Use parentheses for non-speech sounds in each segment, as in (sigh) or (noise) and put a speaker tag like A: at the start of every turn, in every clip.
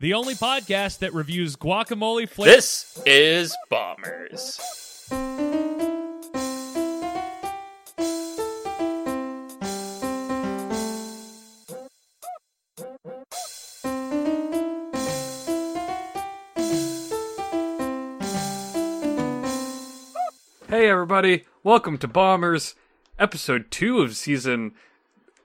A: the only podcast that reviews guacamole flavor.
B: This is Bombers.
C: Hey everybody, welcome to Bombers, episode two of season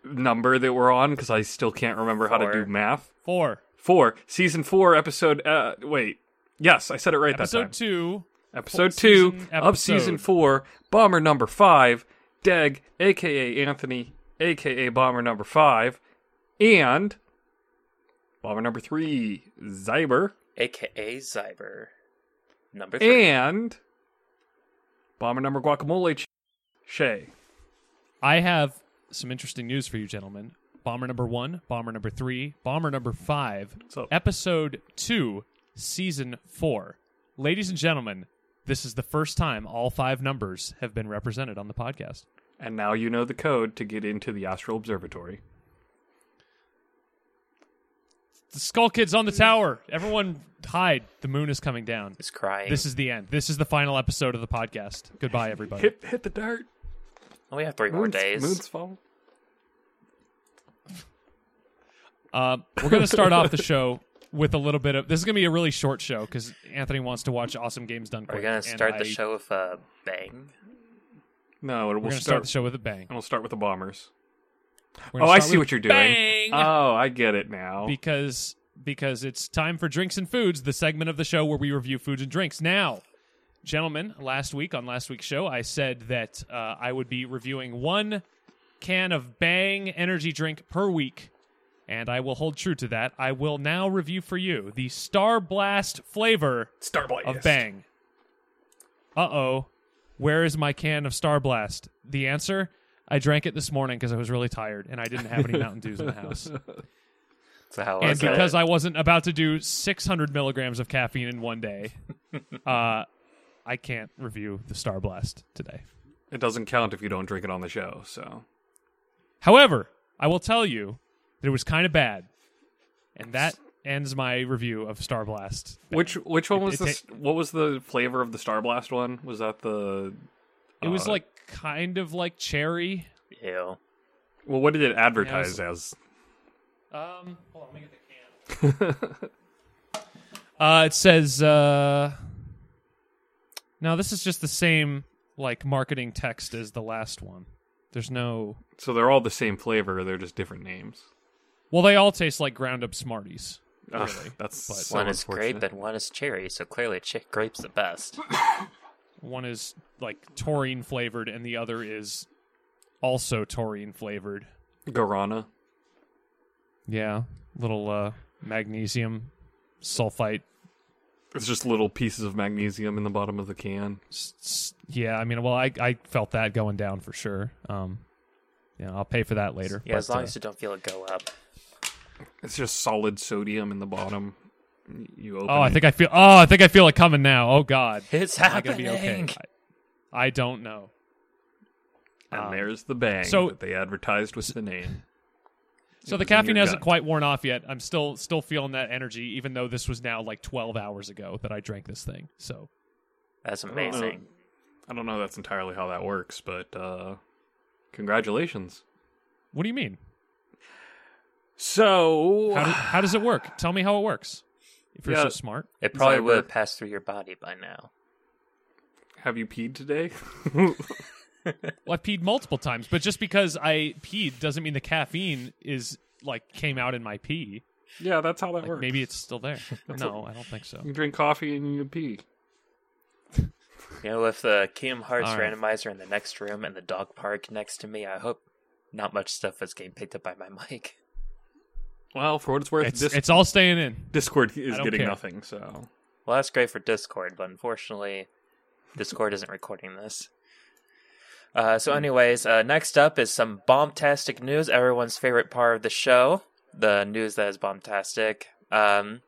C: number that we're on because I still can't remember how to
B: Four.
C: do math.
A: Four.
C: Four, season four, episode. Uh, wait, yes, I said it right that time.
A: Episode two.
C: episode two
A: season
C: of
A: episode.
C: season four, Bomber number five, Deg, aka Anthony, aka Bomber number five, and Bomber number three, Zyber,
B: aka Zyber. Number three.
C: and Bomber number Guacamole, Ch- Shay.
A: I have some interesting news for you, gentlemen. Bomber number one, bomber number three, bomber number five,
C: up?
A: episode two, season four. Ladies and gentlemen, this is the first time all five numbers have been represented on the podcast.
C: And now you know the code to get into the Astral Observatory.
A: The Skull Kid's on the tower. Everyone hide. The moon is coming down.
B: is crying.
A: This is the end. This is the final episode of the podcast. Goodbye, everybody.
C: Hit hit the dart.
B: Oh, we have three more
C: Moon's,
B: days.
C: moon's fall.
A: Um, we're going to start off the show with a little bit of. This is going to be a really short show because Anthony wants to watch awesome games done
B: We're
A: quick.
B: gonna
A: and
B: start the
A: I-
B: show with a bang.
C: No,
A: We're
C: it will
A: going to
C: start.
A: start the show with a bang.
C: and we'll start with the bombers.
A: We're
C: Oh,
A: gonna
C: I
A: start
C: see
A: with
C: what you're doing.
A: Bang!
C: Oh, I get it now.
A: because because it's time for drinks and foods, the segment of the show where we review foods and drinks. Now, gentlemen, last week on last week's show, I said that uh, I would be reviewing one can of Bang energy drink per week, and I will hold true to that. I will now review for you the Star Blast flavor
C: Starblight
A: of Bang. Uh oh, where is my can of Star Blast? The answer: I drank it this morning because I was really tired and I didn't have any Mountain Dews in the house.
B: So how
A: And
B: was it?
A: because I wasn't about to do 600 milligrams of caffeine in one day, uh, I can't review the Star Blast today.
C: It doesn't count if you don't drink it on the show. So
A: However, I will tell you that it was kind of bad, and that ends my review of Star Blast.
C: which which one was
A: it
C: the s what was the flavor of the Starblast one? Was that the
A: It was
C: Uh,
A: like kind of like cherry.
B: Ew.
C: well? What did it advertise
A: was-
C: as?
A: Um, hold on, let me get the can. (laughs) uh, it says uh, now this is just the same like marketing text as the last one. There's no
C: So they're all the same flavor. They're just different names.
A: Well, they all taste like ground up Smarties.
C: Ugh,
A: Really?
C: that's
A: But-
C: so
B: One is
C: unfortunate.
B: grape and one is cherry, so clearly ch- grape's
A: (laughs)
B: the best.
A: One is like taurine flavored, and the other is also taurine flavored.
C: Guarana.
A: Yeah, little uh, magnesium sulfite.
C: It's just little pieces of magnesium in the bottom of the can.
A: S- s- Yeah, I mean, well, I I felt that going down for sure. Um, yeah, I'll pay for that later.
B: Yeah, as
A: but,
B: long
A: uh,
B: as you don't feel it
A: (laughs)
B: go up.
C: It's just solid sodium in the bottom. You open.
A: oh, I
C: it.
A: think I feel. Oh, I think I feel it coming now. Oh God,
B: It's
A: am I gonna
B: happening.
A: be okay? I, I don't know.
C: And
A: Um,
C: there's the bang
A: so-
C: that they advertised with the name.
A: So
C: It
A: the
C: was in your
A: caffeine hasn't
C: gut.
A: quite worn off yet. I'm still still feeling that energy, even though this was now like 12 hours ago that I drank this thing. So
B: That's
C: I don't know-
B: amazing.
C: Uh, I don't know that's entirely how that works, but uh congratulations.
A: what do you mean?
C: So
A: How, do, how does it work? Tell me how it works. If you're
C: Yeah.
A: so smart,
B: It probably
C: Zyber.
B: would have passed through your body by now.
C: have you
A: (laughs)
C: peed today? (laughs)
A: well, I've peed multiple times, but just because I peed doesn't mean the caffeine is like came out in my pee.
C: yeah, that's how that
A: Like,
C: works.
A: maybe it's still (laughs) there. no, I don't think so.
C: you drink coffee and you pee.
B: You know, with the Kingdom Hearts
A: All right.
B: randomizer in the next room and the dog park next to me, I hope not much stuff is getting picked up by my (laughs) mic.
C: Well, for what it's worth,
A: It's
C: Dis-
A: it's all staying in.
C: Discord
A: I
C: is
A: don't
C: getting
A: care.
C: nothing, so
B: Well, that's great for Discord, but unfortunately, Discord isn't recording this. Uh, so, anyways, uh, next up is some bombastic news. Everyone's favorite part of the show, the news that is bombastic. Um,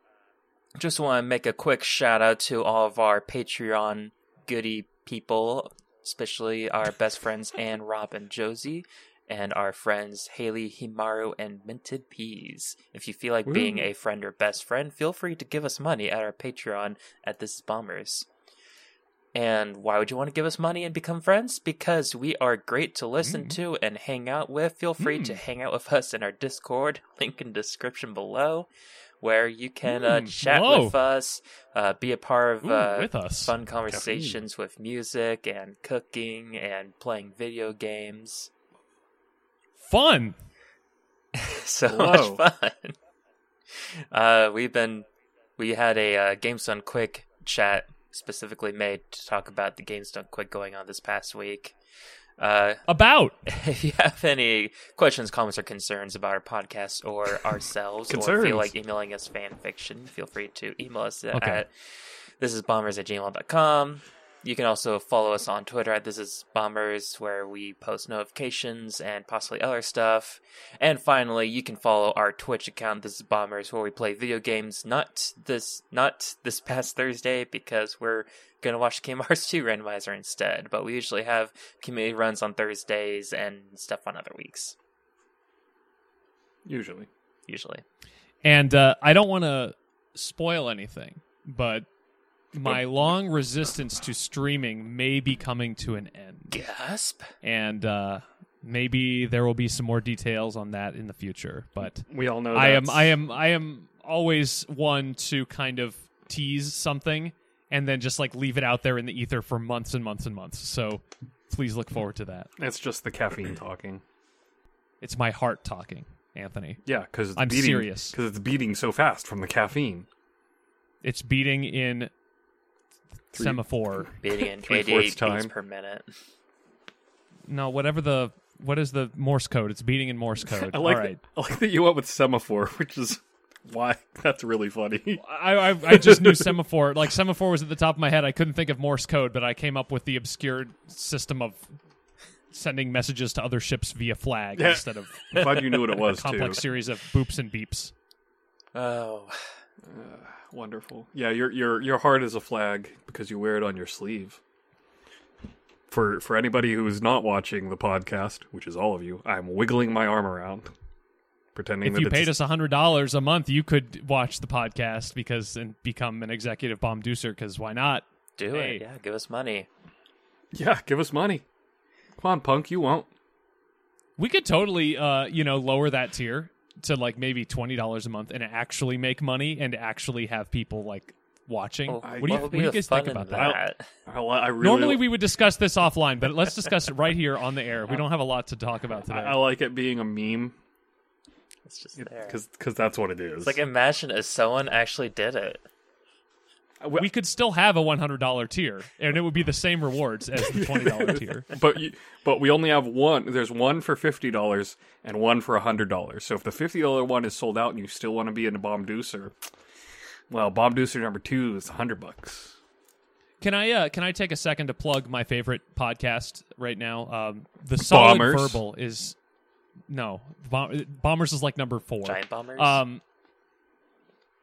B: just want to make a quick shout out to all of our Patreon goody people, especially our best friends Anne, Rob, and Josie, and our friends Haley, Himaru, and Minted Peas. If you feel like being
C: Woo.
B: a friend or best friend, feel free to give us money at our Patreon at This Is Bombers. And why would you want to give us money and become friends? Because we are great to
A: Hmm.
B: listen to and hang out with. Feel free to hang out with us in our Discord, (laughs) link in description below, where you can uh,
A: Mm,
B: chat
A: whoa.
B: with us, uh, be a part of
A: Ooh,
B: uh,
A: with us.
B: fun conversations with music and cooking and playing video games.
A: Fun.
B: (laughs) so
C: Whoa.
B: much fun. Uh, we've been we had a uh, Games Done Quick chat specifically made to talk about the Games Done Quick going on this past week. Uh, (laughs)
A: About.
B: if you have any questions, comments, or concerns about our podcast or ourselves, or
C: Concerns.
B: feel like emailing us fan fiction, feel free to email us
A: Okay.
B: at this is bombers at gmail.com. You can also follow us on Twitter at this is bombers, where we post notifications and possibly other stuff. And finally, you can follow our Twitch account, this is bombers, where we play video games. Not this, not this past Thursday because we're gonna watch Kmar's (laughs) two randomizer instead. But we usually have community runs on Thursdays and stuff on other weeks,
C: Usually.
B: usually.
A: And uh, I don't want to spoil anything, but (laughs) my long resistance to streaming may be coming to an end.
B: Gasp.
A: And uh, maybe there will be some more details on that in the future. But
C: We all know
A: I am
C: Oh, that's-
A: I am I am always one to kind of tease something and then just like leave it out there in the ether for months and months and months. So please look forward to that.
C: It's just the caffeine talking.
A: It's my heart talking, Anthony.
C: Yeah, because it's
A: I'm
C: beating,
A: serious.
C: Because it's beating so fast from the caffeine.
A: It's beating in
C: Three-
A: semaphore.
B: Beating in
C: Three-fourths
B: 88 beats
C: time.
B: per minute.
A: No, whatever the what is the Morse code? It's beating in Morse code.
C: (laughs) I like
A: All right.
C: that, I like that you went with semaphore, (laughs) which is why that's really funny.
A: I, I I just knew semaphore. (laughs) Like semaphore was at the top of my head. I couldn't think of Morse code, but I came up with the obscure system of sending messages to other ships via flag
C: Yeah.
A: instead
C: (laughs)
A: of
C: I'm (laughs) glad you knew what it was too.
A: complex series of boops and beeps.
B: Oh, (sighs)
C: Wonderful. Yeah, your your your heart is a flag because you wear it on your sleeve. For for anybody who is not watching the podcast, which is all of you, I'm wiggling my arm around, pretending
A: If
C: that
A: you
C: it's
A: paid us hundred dollars a month, you could watch the podcast because and become an executive bomb deucer. Because why not?
B: do
A: Hey.
B: it. Yeah, give us money.
C: Yeah, give us money. Come on, punk, you won't.
A: We could totally, uh, you know, lower that tier to like maybe twenty dollars a month and actually make money and actually have people like watching.
B: Oh,
A: what do you,
B: would
A: what
B: be
A: do you
B: the
A: guys
B: fun
A: think
B: in
A: about that?
B: that? (laughs)
C: I, li- I really
A: Normally we would discuss this offline, but let's discuss it right here on the air. We don't have a lot to talk about
C: I,
A: today.
C: I like it being a meme
B: It's just there.
C: because that's what it is.
B: It's like imagine if someone actually did it.
A: we could still have a one hundred dollar tier, and it would be the same rewards as the twenty
C: (laughs)
A: dollar tier.
C: but you, but we only have one. There's one for fifty dollars and one for hundred dollars. So if the fifty dollar one is sold out and you still want to be in a bomb deucer, well, bomb deucer number two is hundred bucks.
A: Can I uh, can I take a second to plug my favorite podcast right now? Um, the Solid
C: Bombers.
A: Verbal is no Bom- Bombers is like number four.
B: Giant bombers.
A: Um,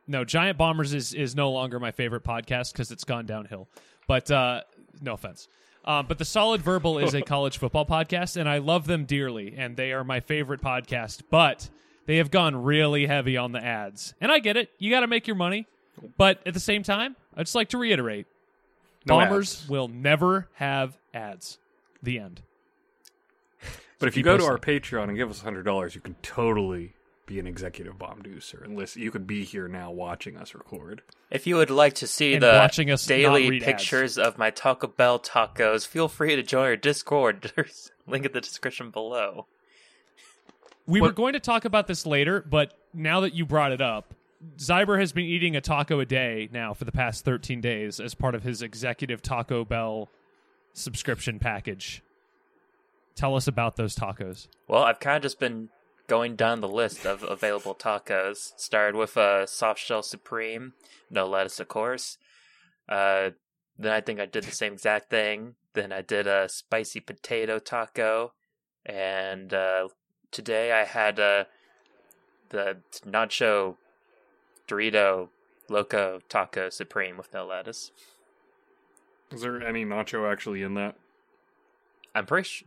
A: no, Giant Bombers is is no longer my favorite podcast because it's gone downhill. But uh, no offense. Um, but the Solid Verbal is
C: (laughs)
A: a college football podcast, and I love them dearly, and they are my favorite podcast. But they have gone really heavy on the ads, and I get it. You got to make your money, but at the same time, I'd just like to reiterate:
C: No
A: Bombers
C: ads.
A: will never have ads. The end.
C: But if you
A: keep
C: go to
A: listening.
C: our Patreon and give us hundred dollars, you can totally be an executive bomb deucer and listen. You could be here now watching us record.
B: If you would like to see
A: And
B: the
A: watching us not
B: daily
A: read ads.
B: pictures of my Taco Bell tacos, feel free to join our Discord. (laughs) There's a link in the description below.
A: We
C: What-
A: were going to talk about this later, but now that you brought it up, Zyber has been eating a taco a day now for the past 13 days as part of his executive Taco Bell subscription package. Tell us about those tacos.
B: Well, I've kind of just been going down the list of available tacos. Started with a soft shell supreme, no lettuce, of course. Uh, then I think I did the same exact thing. Then I did a spicy potato taco, and uh, today I had uh, the nacho Dorito Loco Taco Supreme with no lettuce.
C: Is there any nacho actually in that?
B: I'm pretty sure.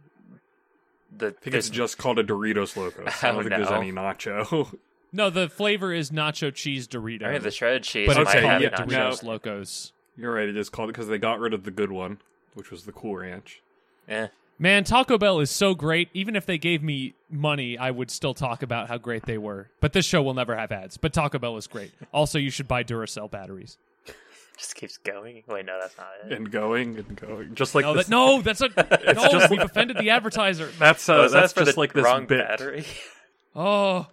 B: the
C: I think it's
B: there's-
C: just called a Doritos Locos. I don't
B: Oh,
C: think there's
B: no.
C: any nacho. (laughs)
A: No, the flavor is nacho cheese Dorito.
B: I mean, the shredded cheese
A: but
B: might
A: it's
C: Okay,
A: called
B: have
C: yeah,
B: nachos.
C: no.
A: Doritos Locos.
C: You're right. It is called it because they got rid of the good one, which was the Cool Ranch.
B: Eh.
A: Man, Taco Bell is so great. Even if they gave me money, I would still talk about how great they were. But this show will never have ads. But Taco Bell is great. Also, you should buy Duracell batteries.
B: just keeps going. Wait, no, that's not it.
C: And going and going, just like
A: No,
C: this,
A: that, no that's a no. we've offended the advertiser.
C: that's uh,
B: Oh, is that
C: that's
B: for
C: just
B: the
C: like this
B: wrong (laughs)
C: bit.
B: battery.
A: Oh,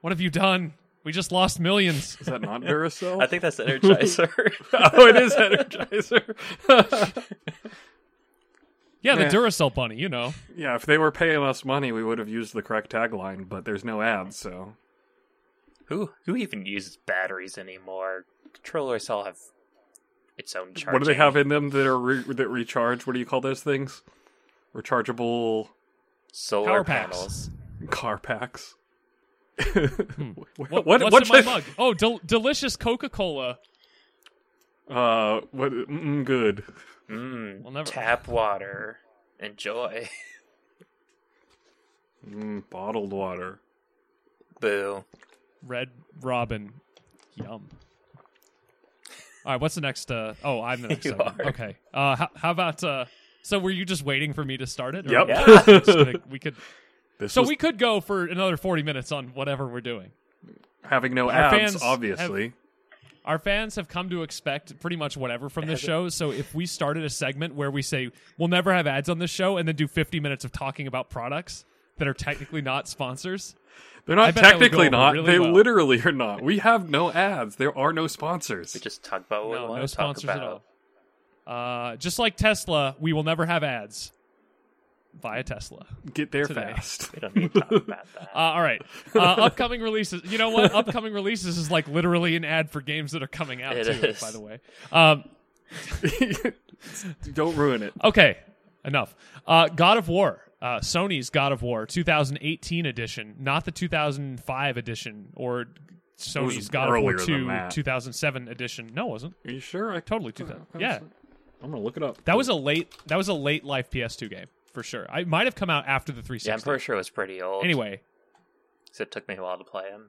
A: what have you done? We just lost millions.
C: (laughs) Is that not Duracell?
B: I think that's Energizer.
C: (laughs)
B: (laughs)
C: oh, it is Energizer. (laughs)
A: Yeah, the
C: Yeah.
A: Duracell bunny. You know.
C: yeah, if they were paying us money, we would have used the correct tagline, but there's no ads, so
B: who who even uses batteries anymore? Controllers all have its own charging.
C: what do they have in them that are re- that recharge? What do you call those things? Rechargeable
B: Solar
A: Power packs.
B: panels.
C: car packs.
A: What,
B: Hmm.
C: (laughs) what
A: what's
C: what
A: in my
C: type-
A: mug? Oh, del- delicious Coca Cola.
C: (laughs) Uh, what? Mm, good.
B: Mm,
A: Well, never-
B: Tap water. Enjoy. (laughs)
C: Mm, bottled water.
B: Boo.
A: Red Robin. Yum. All right, what's the next? Uh, oh, I'm the next.
B: You
A: segment.
B: are.
A: Okay. Uh, how, how about? Uh, so, were you just waiting for me to start it? or- (laughs)
C: Yep.
B: Yeah.
A: Just kidding. we could.
C: This
A: So
C: was
A: we could go for another 40 minutes on whatever we're doing.
C: having no
A: Our
C: ads,
A: fans
C: obviously.
A: Our fans have come to expect pretty much whatever from this show. So if we started a segment where we say we'll never have ads on this show, and then do 50 minutes of talking about products that are technically not sponsors,
C: They're
A: I
C: not
A: bet that would
C: technically
A: go over
C: not.
A: really
C: they
A: well.
C: literally are not. We have no ads. There are no sponsors.
B: We just talk about what we
A: no,
B: want
A: no
B: to talk
A: sponsors
B: about.
A: at all. Uh, just like Tesla, we will never have ads via
B: (laughs)
A: Tesla.
C: Get there
A: today.
C: fast.
B: We don't need to talk about that.
A: Uh, all right, uh, upcoming releases. You know what? Upcoming releases is like literally an ad for games that are coming out.
B: It
A: too,
B: is.
A: By the way, um,
C: (laughs) Don't ruin it.
A: okay, enough. Uh, God of War, uh, Sony's God of War 2018 edition, not the 2005 edition or Sony's God of War
C: earlier than
A: 2
C: that.
A: 2007 edition. No, it wasn't
C: Are you sure? I
A: totally 2000. Yeah,
C: Uh, I'm gonna look it up.
A: That was a late. That was a late life PS2 game for sure. I it might have come out after the
B: yeah, I'm
A: 360.
B: pretty sure it was pretty old.
A: anyway,
B: 'cause it took me a while to play him.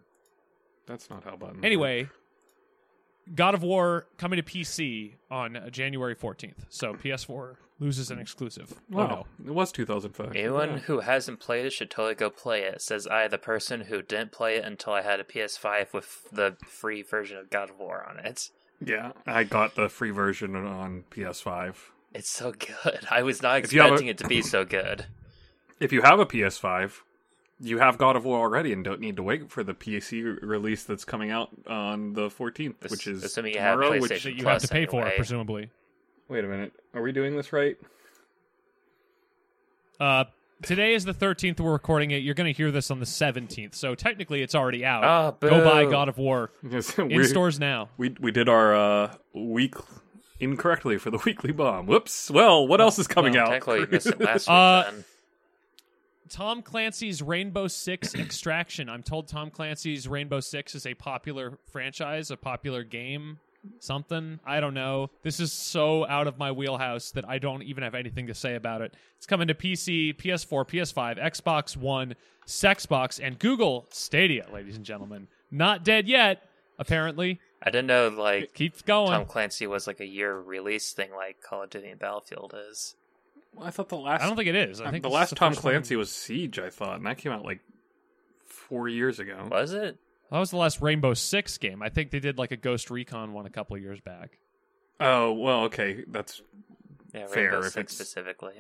C: That's not how buttons.
A: anyway, God of War coming to PC on uh, January 14th. So PS4 loses an exclusive.
C: work.
A: Oh,
C: wow, it was 2005.
B: Anyone
C: Yeah.
B: who hasn't played it should totally go play it, says I, the person who didn't play it until I had a PS5 with the free version of God of War on it.
C: Yeah, I got the free version on PS5.
B: It's so good. (laughs) I was not
C: If you have a-
B: expecting it to be so
C: (laughs)
B: good.
C: If you have a PS5, you have God of War already and don't need to wait for the PC re- release that's coming out on the 14th, which is
B: assuming you have
C: tomorrow.
A: no.
B: PlayStation.
A: That
C: which
A: you
B: Plus,
A: have to pay for
B: anyway.
A: presumably.
C: wait a minute, are we doing this right? (laughs)
A: Uh, today is the 13th. We're recording it. You're going to hear this on the 17th. So technically, it's already out.
B: Ah,
A: Go buy
B: boo.
A: God of War
C: Yes,
A: in
C: we-
A: stores now.
C: We we did our uh, week incorrectly for the (laughs) weekly bomb. Whoops. Well, what else is coming
A: well,
C: out?
B: Oh, Technically, you missed it
C: (laughs)
B: last
A: Uh,
B: week. Then.
A: Tom Clancy's Rainbow
B: (clears throat)
A: Six Extraction. I'm told Tom Clancy's Rainbow Six is a popular franchise, a popular game, something. I don't know. This is so out of my wheelhouse that I don't even have anything to say about it. It's coming to PC, PS4, PS5, Xbox One, Sexbox, and Google Stadia, ladies and gentlemen. Not dead yet, apparently.
B: I didn't know like
A: Keeps going.
B: Tom Clancy was like a year release thing, like Call of Duty and Battlefield is.
C: I thought the last
A: I don't think it is. I think
C: Um, the
A: this
C: last
A: is the
C: Tom
A: first one.
C: Clancy was Siege, I thought, and that came out like 4 years ago.
B: Was it?
A: That was the last Rainbow Six game. I think they did like a Ghost Recon one a couple of years back.
C: Oh, well, okay. That's
B: Yeah,
C: Fair,
B: Rainbow
C: if
B: Six
C: it's-
B: specifically.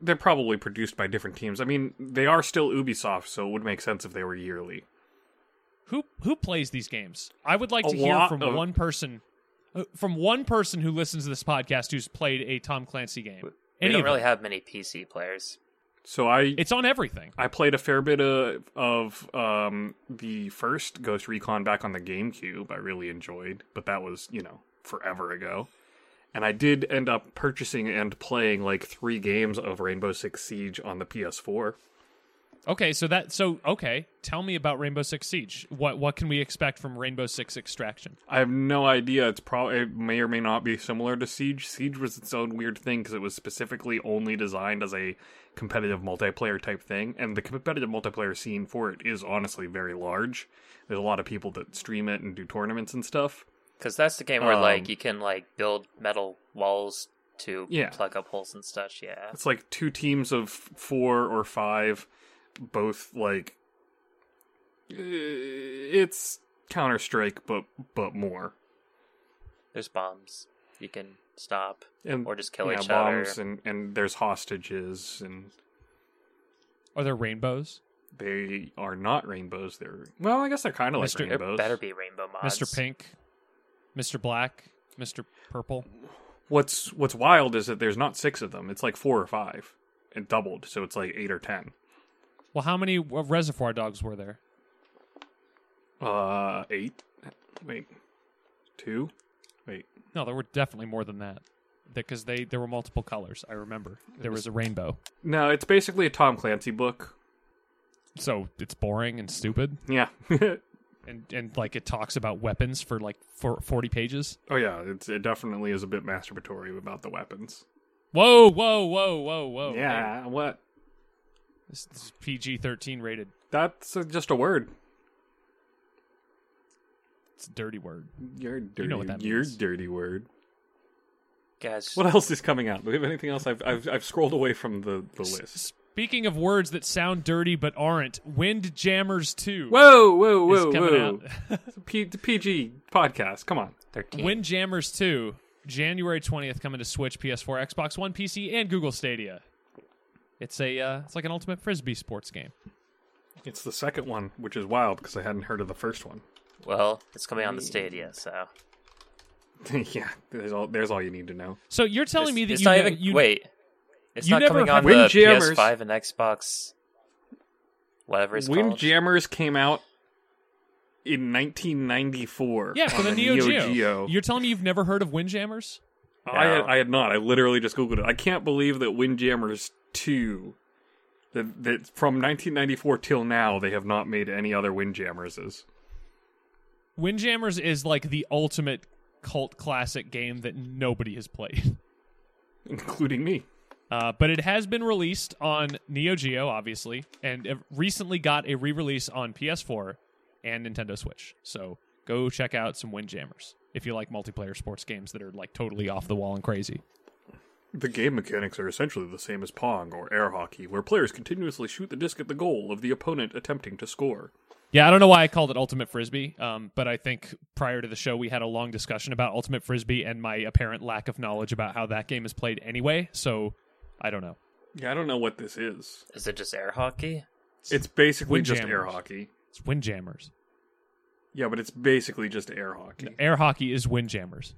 C: they're probably produced by different teams. I mean, they are still Ubisoft, so it would make sense if they were yearly.
A: who who plays these games? I would like
C: A
A: to hear
C: lot
A: from
C: of-
A: one person, uh, from one person who listens to this podcast who's played a Tom Clancy game.
B: We
A: Any
B: don't
A: of
B: really
A: them.
B: have many PC players.
C: So I
A: It's on everything.
C: I played a fair bit of, of um, the first Ghost Recon back on the GameCube. I really enjoyed, but that was, you know, forever ago. And I did end up purchasing and playing like three games of Rainbow Six Siege on the PS4.
A: Okay, so that so okay. Tell me about Rainbow Six Siege. What what can we expect from Rainbow Six Extraction?
C: I have no idea. It's probably it may or may not be similar to Siege. Siege was its own weird thing because it was specifically only designed as a competitive multiplayer type thing, and the competitive multiplayer scene for it is honestly very large. There's a lot of people that stream it and do tournaments and stuff.
B: Because that's the game where
C: Um,
B: like you can like build metal walls to
C: Yeah.
B: plug up holes and stuff. Yeah.
C: It's like two teams of four or five, both like eh, it's Counter Strike, but but more.
B: There's bombs. You can stop.
C: And
B: Or just kill
C: yeah,
B: each other.
C: bombs and and there's hostages and
A: Are there rainbows?
C: They are not rainbows. They're well, I guess they're kind of like
A: Mr. There
B: There
C: rainbows.
B: better be rainbow
C: Uh,
B: mods.
A: Mr. Pink, Mr. Black, Mr. Purple.
C: What's what's wild is that there's not six of them. It's like four or five, and doubled, so it's like eight or ten.
A: Well, how many w- reservoir dogs were there?
C: Uh, eight. Wait, two. Wait,
A: No, there were definitely more than that. Because they there were multiple colors. I remember there was a rainbow.
C: no, it's basically a Tom Clancy book.
A: So it's boring and stupid,
C: Yeah. (laughs)
A: and and like it talks about weapons for like for forty pages.
C: oh yeah, it's, it definitely is a bit masturbatory about the weapons.
A: Whoa, whoa, whoa, whoa, whoa! Oh, Hey,
C: yeah, what?
A: this, this is PG thirteen rated.
C: That's uh, just a word.
A: It's a dirty word.
C: Your dirty,
A: know what that
C: your
A: means.
C: dirty word.
B: Guys,
C: What else is coming out? Do we have anything else? I've I've, I've scrolled away from the, the list.
A: Speaking of words that sound dirty but aren't, Windjammers two
C: Whoa, whoa,
A: is
C: whoa,
A: coming
C: whoa.
A: out. (laughs)
C: It's a P- the PG podcast. Come on.
B: 13.
A: Windjammers two, January twentieth, coming to Switch, PS4, Xbox One, PC, and Google Stadia. It's a uh, it's like an ultimate frisbee sports game.
C: It's the second one, which is wild because I hadn't heard of the first one. (laughs)
B: Well, it's coming on the Stadia, so.
C: yeah, there's all there's all you need to know.
A: So you're telling me that
B: it's
A: you,
B: not
A: know-
B: even.
A: you
B: wait. It's
A: you
B: not
A: never
B: coming
A: have-
B: on the
C: Windjammers.
B: PS5 and Xbox. Whatever it's called.
C: Windjammers came out in 1994.
A: yeah for
C: on (laughs)
A: the Neo, Geo.
C: Geo.
A: You're telling me you've never heard of Windjammers?
C: I had, I had not. I literally just googled it. I can't believe that Windjammers 2 that, that from 1994 till now they have not made any other Windjammerses.
A: Windjammers is like the ultimate cult classic game that nobody has played. (laughs)
C: including me.
A: Uh, but it has been released on Neo Geo, obviously, and it recently got a re release on PS4 and Nintendo Switch. So go check out some Windjammers if you like multiplayer sports games that are like totally off the wall and crazy.
C: The game mechanics are essentially the same as Pong or air hockey, where players continuously shoot the disc at the goal of the opponent attempting to score.
A: Yeah, I don't know why I called it Ultimate Frisbee, um, but I think prior to the show we had a long discussion about Ultimate Frisbee and my apparent lack of knowledge about how that game is played anyway. So I don't know.
C: Yeah, I don't know what this is.
B: Is it just air hockey?
C: It's basically just
A: Windjammers.
C: air hockey.
A: It's Windjammers.
C: Yeah, but it's basically just air hockey.
A: air hockey is windjammers.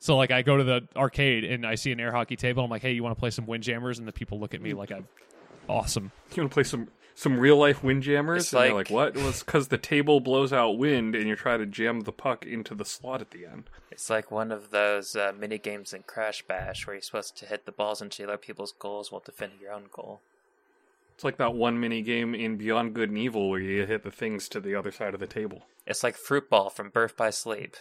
A: So like I go to the arcade and I see an air hockey table. I'm like, hey, you want to play some windjammers? And the people look at me like I'm awesome.
C: You want to play some some real life windjammers?
B: It's
C: and they're like,
B: like-
C: what? Well, it's because the table blows out wind, and you try to jam the puck into the slot at the end.
B: It's like one of those uh, mini games in Crash Bash where you're supposed to hit the balls into other people's goals while defending your own goal.
C: It's like that one mini game in Beyond Good and Evil where you hit the things to the other side of the table.
B: It's like fruit ball from Birth by Sleep.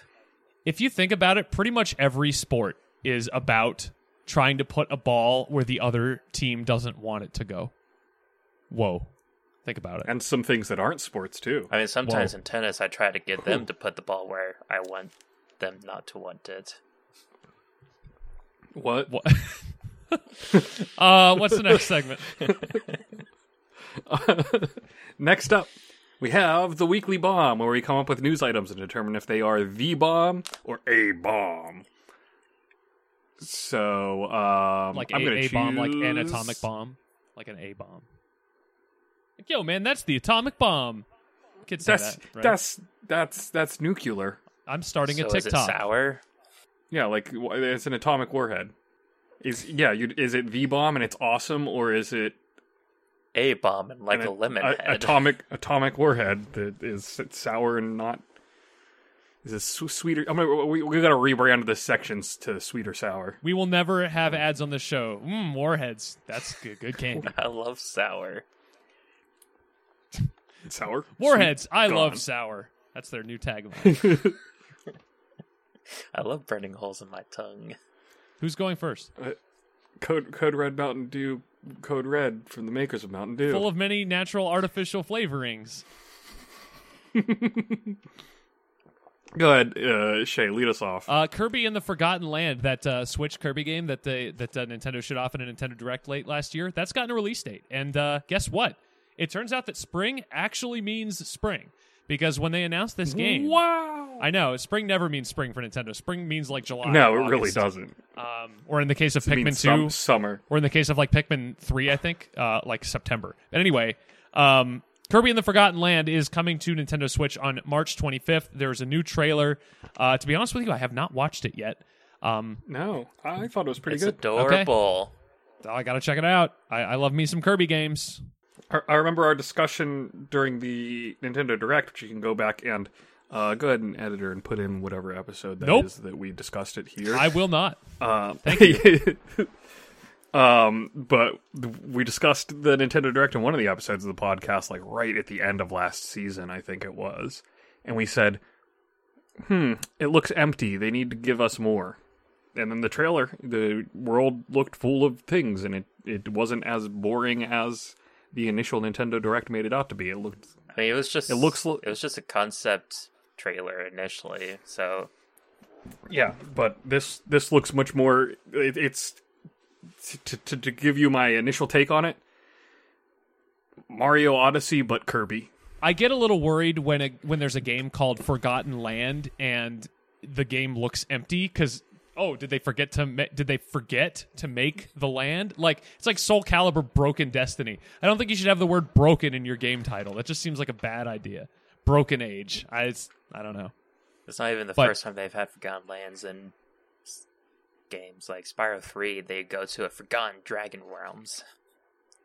A: If you think about it, pretty much every sport is about trying to put a ball where the other team doesn't want it to go. Whoa. Think about it.
C: And some things that aren't sports too.
B: I mean, sometimes
A: Whoa.
B: in tennis, I try to get them to put the ball where I want them not to want it.
C: What?
A: What? (laughs) uh, what's the next segment?
C: Next up, we have the weekly bomb, where we come up with news items and determine if they are the bomb or a bomb. So, um,
A: Like
C: I'm
A: a,
C: gonna
A: a bomb, like an
C: choose-
A: atomic bomb, like an A bomb. Like, yo, man, that's the atomic bomb. Kids say
C: That's
A: that. Right?
C: that's that's that's nuclear.
A: I'm starting a
B: So is it
A: TikTok.
B: sour?
C: Yeah, like w- it's an atomic warhead. Is yeah, you, is it the bomb and it's awesome, or is it
B: A bomb and like
C: an
B: a,
C: a-
B: lemon
C: a-
B: head. (laughs)
C: atomic atomic warhead that is sour and not is it su- sweeter? I'm gonna, we we gotta rebrand this section s- to sweet or sour.
A: We will never have
C: (laughs)
A: ads on the show. Mm, warheads. That's good, good candy.
B: I love sour.
C: Sour.
A: Warheads. I
C: gone.
A: love sour. That's their new tagline.
B: I love burning holes in my tongue.
A: Who's going first?
C: Code Code Red Mountain Dew. Code Red from the makers of Mountain Dew.
A: Full of many natural artificial flavorings.
C: Go ahead, uh, Shay. Lead us off.
A: Uh, Kirby and the Forgotten Land, that uh, Switch Kirby game that they, that uh, Nintendo showed off in a Nintendo Direct late last year, that's gotten a release date. And uh, guess what? It turns out that spring actually means spring because when they announced this game,
C: wow.
A: I know spring never means spring for Nintendo. Spring means like July.
C: No, it
A: August.
C: really doesn't.
A: Um, or in the case of
C: I mean,
A: Pikmin
C: sum-
A: Two,
C: summer.
A: or in the case of like Pikmin 3, I think, uh, like September. But anyway, um, Kirby and the Forgotten Land is coming to Nintendo Switch on March 25th. There's a new trailer. Uh, to be honest with you, I have not watched it yet. Um,
C: No, I thought it was pretty
B: It's
C: good.
B: adorable.
A: I gotta check it out. I, I love me some Kirby games.
C: I I remember our discussion during the Nintendo Direct, which you can go back and uh, go ahead and editor and put in whatever episode that is
A: Nope.
C: that we discussed it here.
A: I will not.
C: Um, (laughs) um, but th- we discussed the Nintendo Direct in one of the episodes of the podcast, like right at the end of last season, I think it was, and we said, "Hmm, it looks empty. They need to give us more." And then the trailer, the world looked full of things, and it it wasn't as boring as the initial Nintendo Direct made it out to be. It looked
B: I mean, it was just
C: It looks li-
B: it was just a concept trailer initially. So
C: Yeah, but this this looks much more. It, it's to, to to give you my initial take on it. Mario Odyssey, but Kirby.
A: I get a little worried when a, when there's a game called Forgotten Land and the game looks empty because oh did they forget to ma- did they forget to make the land like it's like Soul Calibur Broken Destiny. I don't think you should have the word broken in your game title. That just seems like a bad idea. Broken Age. I it's, I don't know.
B: it's not even the
A: But-
B: first time they've had Forgotten Lands in s- games like Spyro Three. They go to a Forgotten Dragon Realms.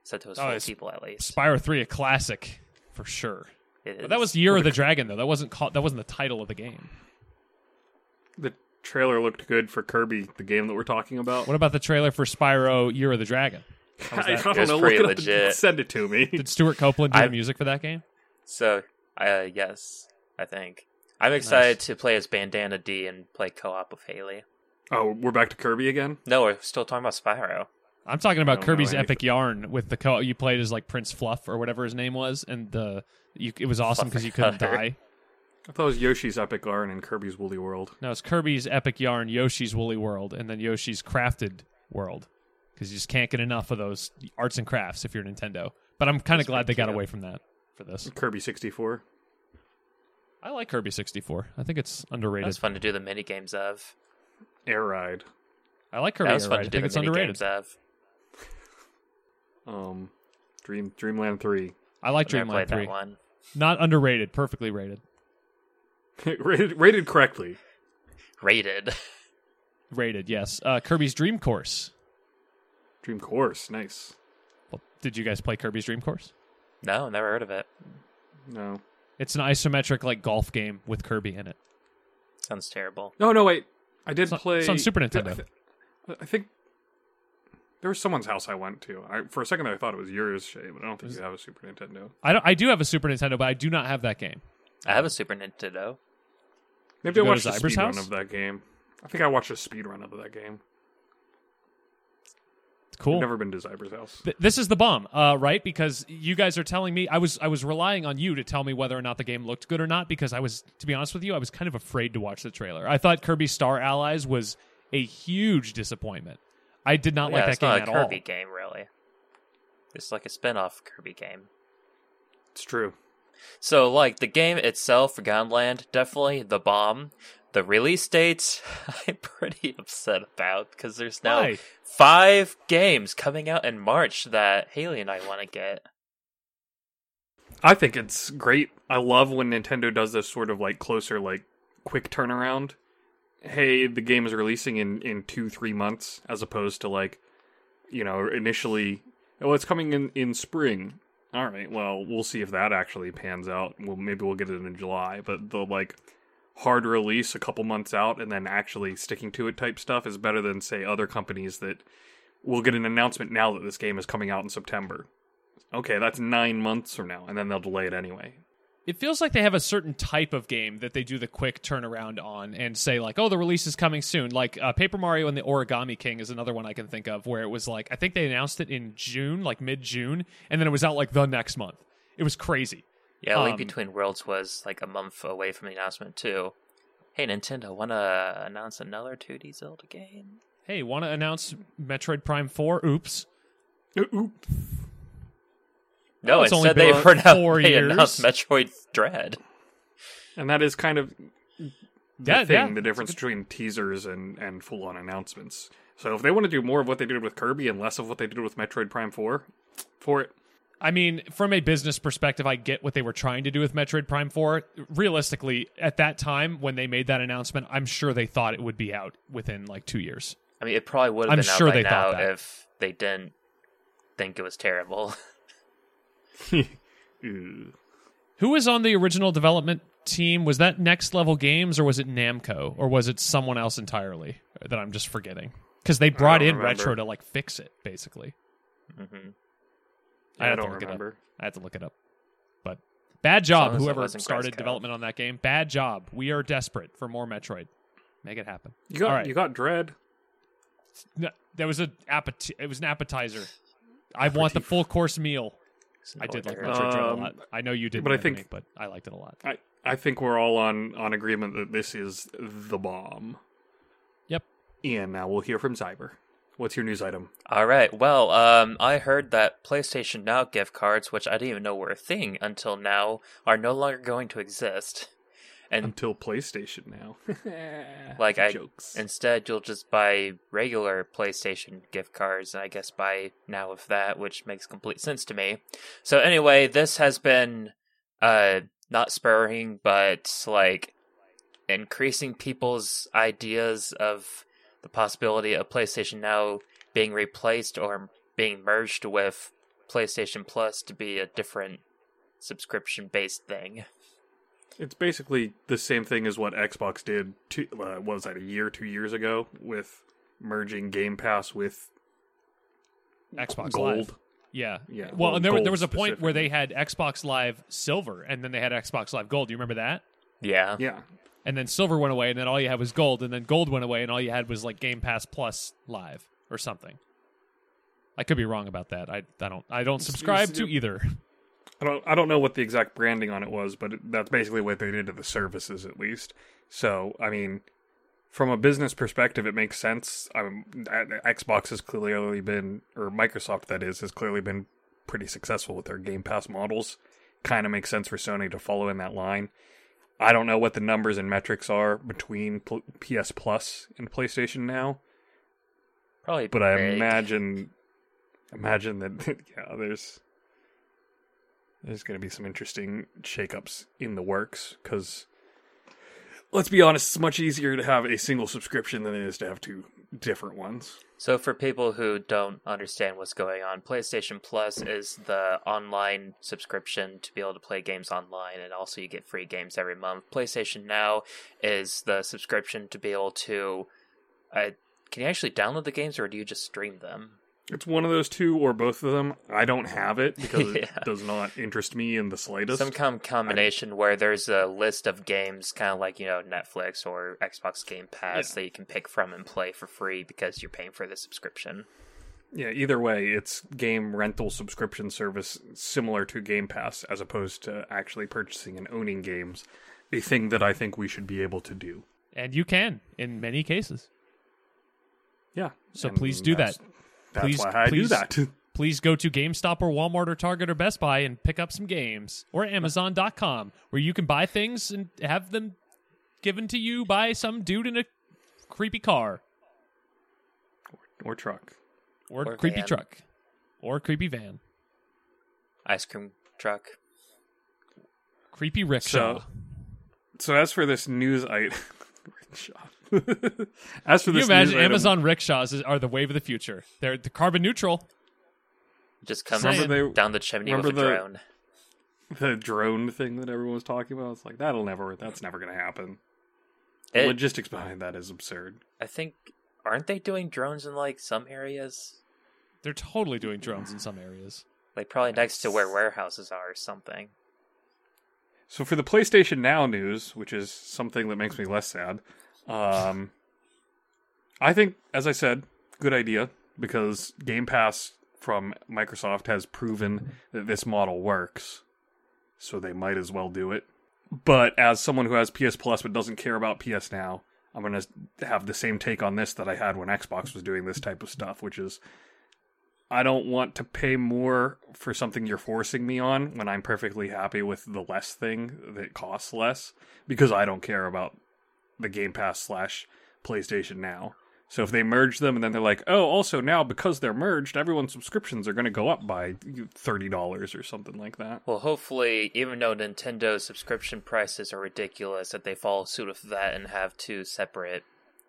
B: So those
A: Oh,
B: oh,
A: it's
B: people at least.
A: Spyro Three a classic for sure.
B: It
A: But that
B: is-
A: was Year of the Dragon though. That wasn't called, that wasn't the title of the game.
C: The trailer looked good for Kirby, the game that we're talking about.
A: What about the trailer for Spyro Year of the Dragon?
C: I, I
B: It
C: don't
B: was
C: know. Look
B: pretty
C: it up
B: legit.
C: and send it to me.
A: Did Stuart Copeland do
B: I-
A: the music for that game?
B: so. Uh, yes, I think I'm excited to play as Bandana D and play co-op with Haley.
C: Oh, we're back to Kirby again.
B: No, we're still talking about Spyro.
A: I'm talking about
C: don't
A: Kirby's
C: know
A: epic yarn with the co you played as like Prince Fluff or whatever his name was, and the you, it was awesome because you
B: (laughs)
A: couldn't
B: Fluffernutter.
A: die.
C: I thought it was Yoshi's Epic Yarn and Kirby's Woolly World.
A: No, it's Kirby's epic yarn, Yoshi's Woolly World, and then Yoshi's Crafted World because you just can't get enough of those arts and crafts if you're Nintendo. But I'm kind of glad they got away from that for this.
C: Kirby sixty four.
A: I like Kirby 64. I think it's
B: That
A: underrated.
B: was fun to do the mini games of.
C: Air Ride.
A: I like Kirby.
B: That was
A: Air
B: fun
A: Ride.
B: to
A: I
B: do
A: think
B: the
A: it's
B: mini
A: underrated.
B: games of.
C: Um, Dream Dreamland three. (laughs)
A: I like
B: uh, I never
A: Dreamland
B: played
A: 3.
B: that one.
A: Not underrated, perfectly rated.
C: rated, rated correctly.
B: Rated. (laughs)
A: Rated, yes. Uh, Kirby's Dream Course.
C: Dream Course. Nice.
A: Well, did you guys play Kirby's Dream Course?
B: No, never heard of it.
C: No.
A: It's an isometric like golf game with Kirby in it.
B: Sounds terrible.
C: No, no, wait. I did
A: It's on-
C: play.
A: it's on Super
C: I thi-
A: Nintendo.
C: I, thi- I think there was someone's house I went to. I, for a second, I thought it was yours, Shay, but I don't think you have a Super Nintendo.
A: I don't. I do have a Super Nintendo, but I do not have that game.
B: I
A: Um,
B: have a Super Nintendo.
C: Maybe I
A: you go to
C: watched a
A: Zyber's
C: speedrun
A: house?
C: of that game. I think I watched a speedrun of that game.
A: It's cool.
C: I've never been to Zyber's house.
A: Th- this is the bomb, uh, right? Because you guys are telling me I was I was relying on you to tell me whether or not the game looked good or not. Because I was, to be honest with you, I was kind of afraid to watch the trailer. I thought Kirby Star Allies was a huge disappointment. I did not
B: yeah,
A: like that
B: it's
A: game
B: not
A: at
B: a Kirby
A: all.
B: game, really. It's like a spin-off Kirby game.
C: It's true.
B: So, like the game itself, Forgotten Land, definitely the bomb. The release dates, (laughs) I'm pretty upset about because there's now
A: Why?
B: five games coming out in March that Haley and I want to get.
C: I think it's great. I love when Nintendo does this sort of like closer, like quick turnaround. Hey, the game is releasing in in two three months, as opposed to like, you know, initially, oh, it's coming in in spring. All right, well, we'll see if that actually pans out. Well, maybe we'll get it in July, but the like hard release a couple months out and then actually sticking to it type stuff is better than say other companies that will get an announcement now that this game is coming out in September okay, that's nine months from now, and then they'll delay it anyway.
A: It feels like they have a certain type of game that they do the quick turnaround on and say like, "Oh, the release is coming soon." Like uh, Paper Mario and the Origami King is another one I can think of where it was like I think they announced it in June, like mid June, and then it was out like the next month. It was crazy.
B: Yeah, Link
A: Um,
B: Between Worlds was like a month away from the announcement too. Hey Nintendo, wanna announce another 2D Zelda game?
A: Hey, want to announce Metroid Prime Four? Oops.
B: No,
A: it's only
B: instead they
A: been
B: announced,
A: four
B: they announced
A: years.
B: Metroid Dread.
C: And that is kind of the
A: Yeah,
C: thing,
A: yeah.
C: the difference between teasers and, and full on announcements. So if they want to do more of what they did with Kirby and less of what they did with Metroid Prime 4, for
A: (laughs)
C: it.
A: I mean, from a business perspective, I get what they were trying to do with Metroid Prime 4. Realistically, at that time when they made that announcement, I'm sure they thought it would be out within like two years.
B: I mean, it probably would
A: I'm
B: have been
A: sure
B: out by
A: they thought
B: now
A: that.
B: if they didn't think it was terrible. (laughs)
C: Ew.
A: Who was on the original development team? Was that Next Level Games or was it Namco or was it someone else entirely that I'm just forgetting? Because they brought in
C: remember. Mm-hmm.
A: Retro to like fix it, basically.
B: Mhm.
A: I
C: I
A: have to
C: don't
A: look it up.
C: remember.
A: I had to look it up. But bad
B: long
A: job,
B: as it
A: whoever
B: wasn't
A: started
B: Grayscale.
A: development on that game. Bad job. We are desperate for more Metroid. Make it happen.
C: You got
A: All right.
C: you got Dread.
A: No, there was a appet- It was an appetizer. I want the full course meal. I did like
B: Order.
A: Metroid Dread a
C: Um,
A: lot. I know you didn't,
C: but I
A: Anthony,
C: think-
A: but I liked it a lot.
C: I, I think we're all on, on agreement that this is the bomb.
A: Yep.
C: And now we'll hear from Cyber. What's your news item?
B: All right. Well, um, I heard that PlayStation Now gift cards, which I didn't even know were a thing until now, are no longer going to exist. And
C: Until PlayStation now. (laughs)
B: like I
C: jokes.
B: instead you'll just buy regular PlayStation gift cards and I guess buy now of that, which makes complete sense to me. So anyway, this has been uh not spurring but like increasing people's ideas of the possibility of PlayStation Now being replaced or being merged with PlayStation Plus to be a different subscription based thing.
C: It's basically the same thing as what Xbox did. Two, uh, what was that? A year, two years ago, with merging Game Pass with
A: Xbox
C: Gold.
A: Live. Yeah.
C: Yeah,
A: Well,
C: well,
A: and there, wa-
C: Gold
A: there was a point where they had Xbox Live Silver and then they had Xbox Live Gold. Do you remember that?
B: Yeah.
C: Yeah,
A: And then Silver went away and then all you had was Gold and then Gold went away and all you had was like Game Pass Plus Live or something. I could be wrong about that. I, I don't I don't subscribe to either.
C: I don't, I don't know what the exact branding on it was, but it, that's basically what they did to the services, at least. So, I mean, from a business perspective, it makes sense. I mean, a- Xbox has clearly been, or Microsoft, that is, has clearly been pretty successful with their Game Pass models. Kind of makes sense for Sony to follow in that line. I don't know what the numbers and metrics are between pl- PS Plus and PlayStation now,
B: Probably
C: but I
B: big.
C: imagine, imagine that (laughs) yeah, there's there's going to be some interesting shakeups in the works because let's be honest, it's much easier to have a single subscription than it is to have two different ones.
B: So, for people who don't understand what's going on, PlayStation Plus is the online subscription to be able to play games online, and also you get free games every month. PlayStation Now is the subscription to be able to. Uh, can you actually download the games, or do you just stream them?
C: It's one of those two or both of them. I don't have
B: (laughs)
C: it because it
B: Yeah.
C: does not interest me in the slightest.
B: Some kind of combination where there's a list of games, kind of like you know Netflix or Xbox Game Pass, that you can pick from and play for free because you're paying for the subscription.
C: yeah, either way, it's game rental subscription service similar to Game Pass as opposed to actually purchasing and owning games, a thing that I think we should be able to do.
A: And you can in many cases.
C: Yeah.
A: So
C: and
A: please do
C: that's-
A: that.
C: That's
A: Please-
C: why I
A: please-
C: do that. (laughs)
A: please go to GameStop or Walmart or Target or Best Buy and pick up some games or Amazon.com where you can buy things and have them given to you by some dude in a creepy car
C: or truck.
A: or,
B: Or
A: creepy
B: van.
A: truck or creepy van,
B: Ice cream truck.
A: creepy rickshaw.
C: So, so as for this news (laughs) item, (laughs) as
A: Can
C: for
A: you
C: this news
A: imagine
C: item-
A: Amazon rickshaws is, are the wave of the future? They're the carbon neutral.
B: Just comes
A: Remember
C: they-
B: down the chimney with a
C: remember the-
B: drone.
C: the drone thing that everyone was talking about. It's like that'll never, that's never going to happen. The
B: It-
C: logistics behind that is absurd.
B: I think aren't they doing drones in like some areas?
A: They're totally doing drones in some areas.
B: like probably next to where warehouses are or something.
C: So for the PlayStation Now news, which is something that makes me less sad, um, I think, as I said, good idea because Game Pass from Microsoft has proven that this model works, so they might as well do it. But as someone who has PS Plus but doesn't care about PS Now, I'm going to have the same take on this that I had when Xbox was doing this type of stuff, which is I don't want to pay more for something you're forcing me on when I'm perfectly happy with the less thing that costs less because I don't care about the Game Pass slash PlayStation Now. So if they merge them and then they're like, oh, also now because they're merged, everyone's subscriptions are going to go up by thirty dollars or something like that.
B: Well, hopefully, even though Nintendo's subscription prices are ridiculous, that they follow suit with that and have two separate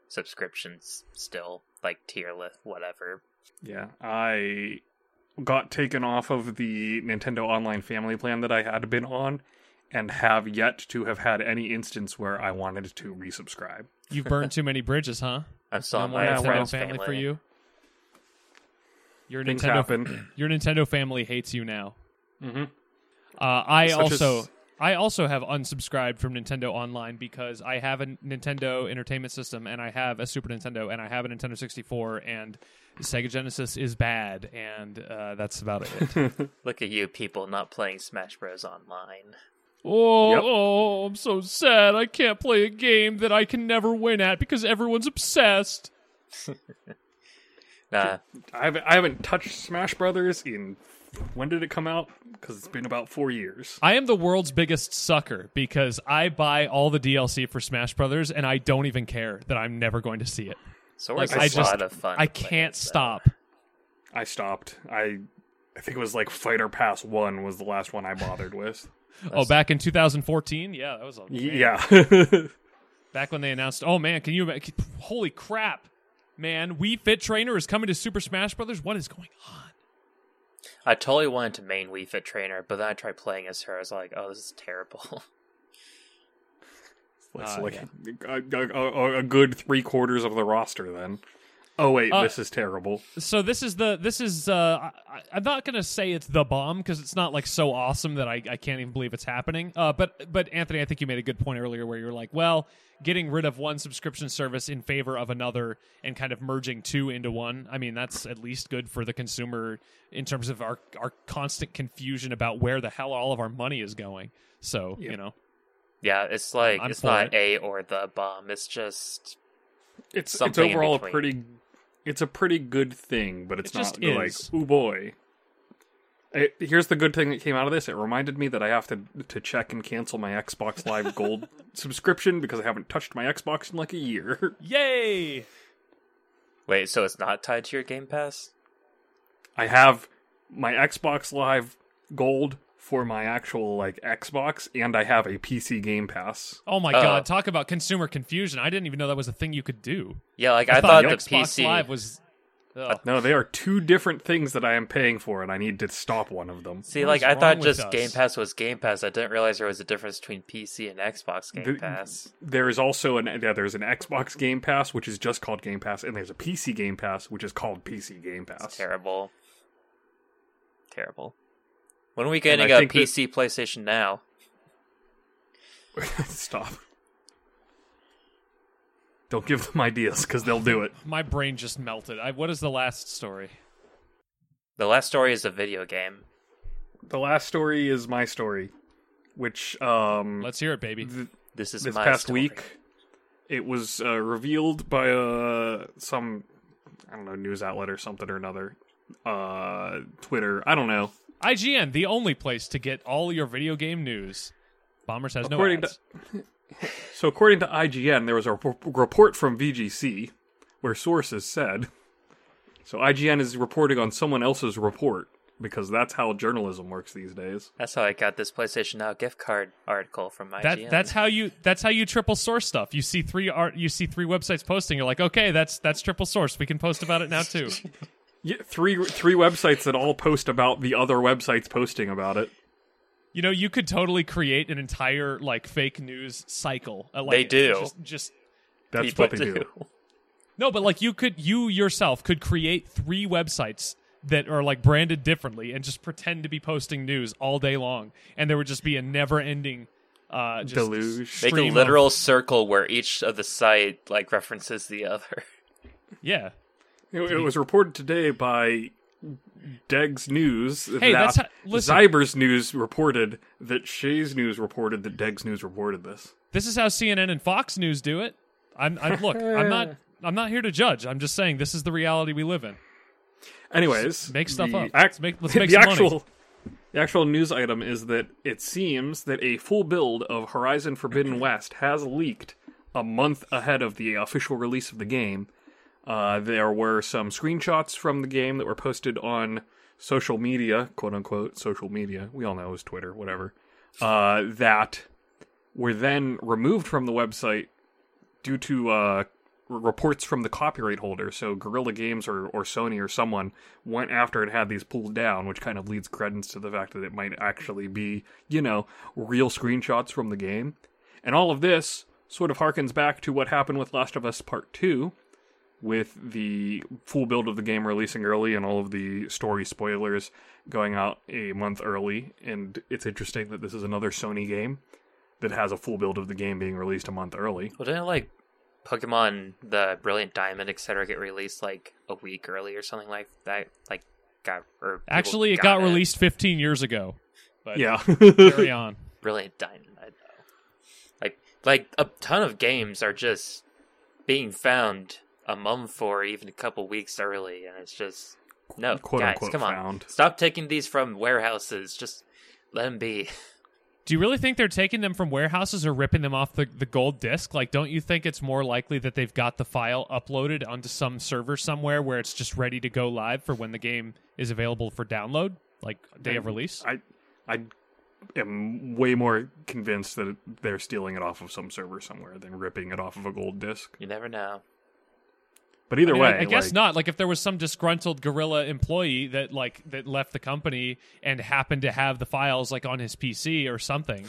B: subscriptions still, like tier list, whatever.
C: Yeah, I got taken off of the Nintendo Online Family Plan that I had been on, and have yet to have had any instance where I wanted to resubscribe.
A: You've burned too many bridges, (laughs) huh?
B: I'm still
A: No
B: on
A: more
B: my
A: Nintendo
B: friend's
A: family, for you. Your
C: Things
A: Nintendo,
C: happen.
A: your Nintendo family hates you now.
C: mm-hmm.
A: Uh, I
C: Such
A: also
C: as-
A: I also have unsubscribed from Nintendo Online because I have a Nintendo Entertainment System and I have a Super Nintendo and I have a Nintendo 64 and Sega Genesis is bad and uh, that's about
C: (laughs)
A: it.
B: Look at you, people not playing Smash Bros. Online.
A: oh,
C: Yep.
A: oh, I'm so sad. I can't play a game that I can never win at because everyone's obsessed.
B: Nah,
C: I haven't I haven't touched Smash Brothers in when did it come out? Because it's been about four years.
A: I am the world's biggest sucker because I buy all the DLC for Smash Brothers and I don't even care that I'm never going to see it.
B: Swords
A: I
B: is
A: just
B: a lot of fun.
A: I
B: to play,
A: can't
B: so-
A: stop.
B: (laughs)
C: I stopped. I I think it was like Fighter Pass One was the last one I bothered with.
A: Oh, back in 2014, yeah, that was a,
C: Y- yeah. (laughs)
A: back when they announced. Oh man, can you? ima- Holy crap, man! We Fit Trainer is coming to Super Smash Brothers. What is going on?
B: I totally wanted to main Wii Fit Trainer, but then I tried playing as her. I was like, oh, this is terrible. (laughs)
C: That's
A: Uh,
C: like a, a- a- a good three quarters of the roster then. Oh wait,
A: Uh,
C: this is terrible.
A: So this is the this is. Uh, I, I- I'm not gonna say it's the bomb because it's not like so awesome that I, I can't even believe it's happening. Uh, but but Anthony, I think you made a good point earlier where you're like, well, getting rid of one subscription service in favor of another and kind of merging two into one. I mean, that's at least good for the consumer in terms of our our constant confusion about where the hell all of our money is going. So you know.
B: yeah, it's like,
A: I'm
B: it's
A: for
B: not
A: it.
B: A or the bomb. It's just,
C: It's it's
B: something in
C: overall a
B: between.
C: pretty it's a pretty good thing, but it's
A: It just
C: not you're like
A: is.
C: oh boy. I- here's the good thing that came out of this. It reminded me that I have to to check and cancel my
B: (laughs)
C: Xbox Live Gold subscription because I haven't touched my Xbox in like a year. (laughs)
A: Yay!
B: wait, so it's not tied to your Game Pass?
C: I have my Xbox Live Gold for my actual like Xbox, and I have a PC Game Pass.
A: Oh my
B: Uh,
A: god, talk about consumer confusion. I didn't even know that was a thing you could do.
B: Yeah, like I, thought, the
A: Xbox
B: PC.
A: Live was Ugh.
C: No, they are two different things that I am paying for, and I need to stop one of them.
B: See,
A: What
B: like
A: is
B: I
A: wrong
B: thought
A: with
B: just
A: us?
B: Game Pass was Game Pass. I didn't realize there was a difference between PC and Xbox Game
C: The-
B: Pass.
C: There is also an yeah, there's an Xbox Game Pass which is just called Game Pass, and there's a PC Game Pass which is called PC Game
B: It's
C: Pass.
B: terrible. Terrible. When are we
C: I
B: getting a
C: think that-
B: PC PlayStation now?
C: (laughs) Stop. Don't give them ideas because they'll do it.
A: my brain just melted. I, what is the last story?
B: The last story is a video game.
C: The last story is my story, which um
A: Let's hear it, baby.
C: th-
B: This is
C: this
B: my
C: past
B: story.
C: week it was uh, revealed by uh some I don't know news outlet or something or another, uh Twitter I don't know
A: IGN, the only place to get all your video game news. Bombers has no
C: According
A: ads.
C: So, according to IGN, there was a r- report from VGC where sources said. So, IGN is reporting on someone else's report because that's how journalism works these days.
B: That's how I got this PlayStation Now gift card article from IGN.
A: that that's how you that's how you triple source stuff. You see three art, you see three websites posting. You're like, okay, that's that's triple source. We can post about it now
B: (laughs)
A: too.
C: Yeah, three three websites that all post about the other websites posting about it.
A: You know, you could totally create an entire like fake news cycle. Uh, like,
B: They do.
A: Just, just
C: That's
B: people (laughs)
C: what they do.
A: no, but like you could you yourself could create three websites that are like branded differently and just pretend to be posting news all day long, and there would just be a never-ending uh, just
C: Deluge.
B: Make a
A: stream of-
B: literal circle where each of the site like references the other. (laughs)
A: yeah.
C: It, it was reported today by Deg's News
A: Hey,
C: that
A: that's how- listen.
C: Zyber's News reported that Shay's News reported that Deg's News reported this.
A: This is how CNN and Fox News do it. I'm,
B: (laughs)
A: I'm look. I'm not. I'm not here to judge. I'm just saying this is the reality we live in.
C: Anyways,
A: make stuff
C: the
A: up.
C: ac-
A: Let's make- let's make
C: the
A: some money.
C: actual the actual news item is that it seems that a full build of
A: (clears throat)
C: Horizon Forbidden West has leaked a month ahead of the official release of the game. Uh, there were some screenshots from the game that were posted on social media, quote unquote social media. We all know is Twitter, whatever. Uh, that were then removed from the website due to uh, r- reports from the copyright holder. So Guerrilla Games or, or Sony or someone went after it had these pulled down, which kind of leads credence to the fact that it might actually be, you know, real screenshots from the game. And all of this sort of harkens back to what happened with Last of Us Part 2 with the full build of the game releasing early and all of the story spoilers going out a month early and it's interesting that this is another Sony game that has a full build of the game being released a month early.
B: Well, didn't like Pokemon, the Brilliant Diamond, etc., get released like a week early or something like that? Like got or people
A: Actually, it
B: got,
A: got released 15 years ago. But (laughs)
C: Yeah. (laughs)
A: carry on.
B: Brilliant Diamond. I know. Like like a ton of games are just being found a month or even a couple weeks early, and it's just no
C: Quote,
B: guys.
C: unquote,
B: come on,
C: found.
B: stop taking these from warehouses. Just let them be. (laughs)
A: Do you really think they're taking them from warehouses or ripping them off the, the gold disc? Like, don't you think it's more likely that they've got the file uploaded onto some server somewhere where it's just ready to go live for when the game is available for download, like day of release?
C: I I am way more convinced that they're stealing it off of some server somewhere than ripping it off of a gold disc.
B: You never know.
C: But either
A: I mean,
C: way,
A: I, I guess
C: like,
A: not. Like, if there was some disgruntled gorilla employee that like that left the company and happened to have the files like on his PC or something.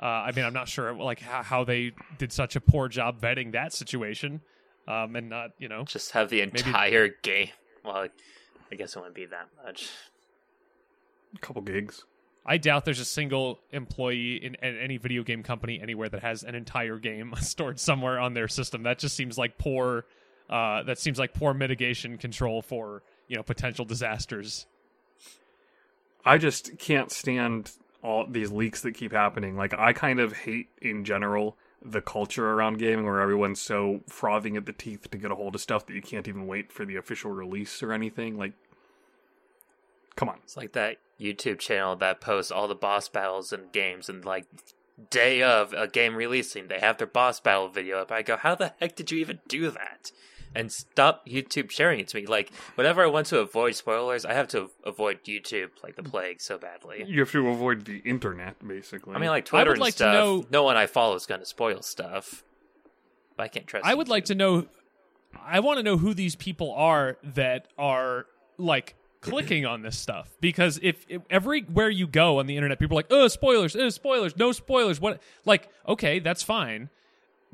A: Uh, I mean, I'm not sure like how, how they did such a poor job vetting that situation, um, and not you know.
B: Just have the entire game. Well, I guess it wouldn't be that much.
C: a couple gigs.
A: I doubt there's a single employee in, in any video game company anywhere that has an entire game (laughs) stored somewhere on their system. That just seems like poor. Uh, that seems like poor mitigation control for you know potential disasters.
C: I just can't stand all these leaks that keep happening. Like I kind of hate in general the culture around gaming where everyone's so frothing at the teeth to get a hold of stuff that you can't even wait for the official release or anything. Like come on.
B: It's like that YouTube channel that posts all the boss battles in games and like day of a game releasing, they have their boss battle video up. I go, how the heck did you even do that? And stop YouTube sharing it to me. Like whenever I want to avoid spoilers, I have to avoid YouTube like the plague so badly.
C: You have to avoid the internet basically.
B: I mean, like Twitter
A: would
B: and
A: like to
B: stuff.
A: know-
B: No one I follow is going to spoil stuff. But I can't trust.
A: I would like to know. I want to know who these people are that are like clicking on this stuff because if, if everywhere you go on the internet, people are like, "Oh, spoilers! Oh, spoilers! No spoilers!" What? Like, okay, that's fine.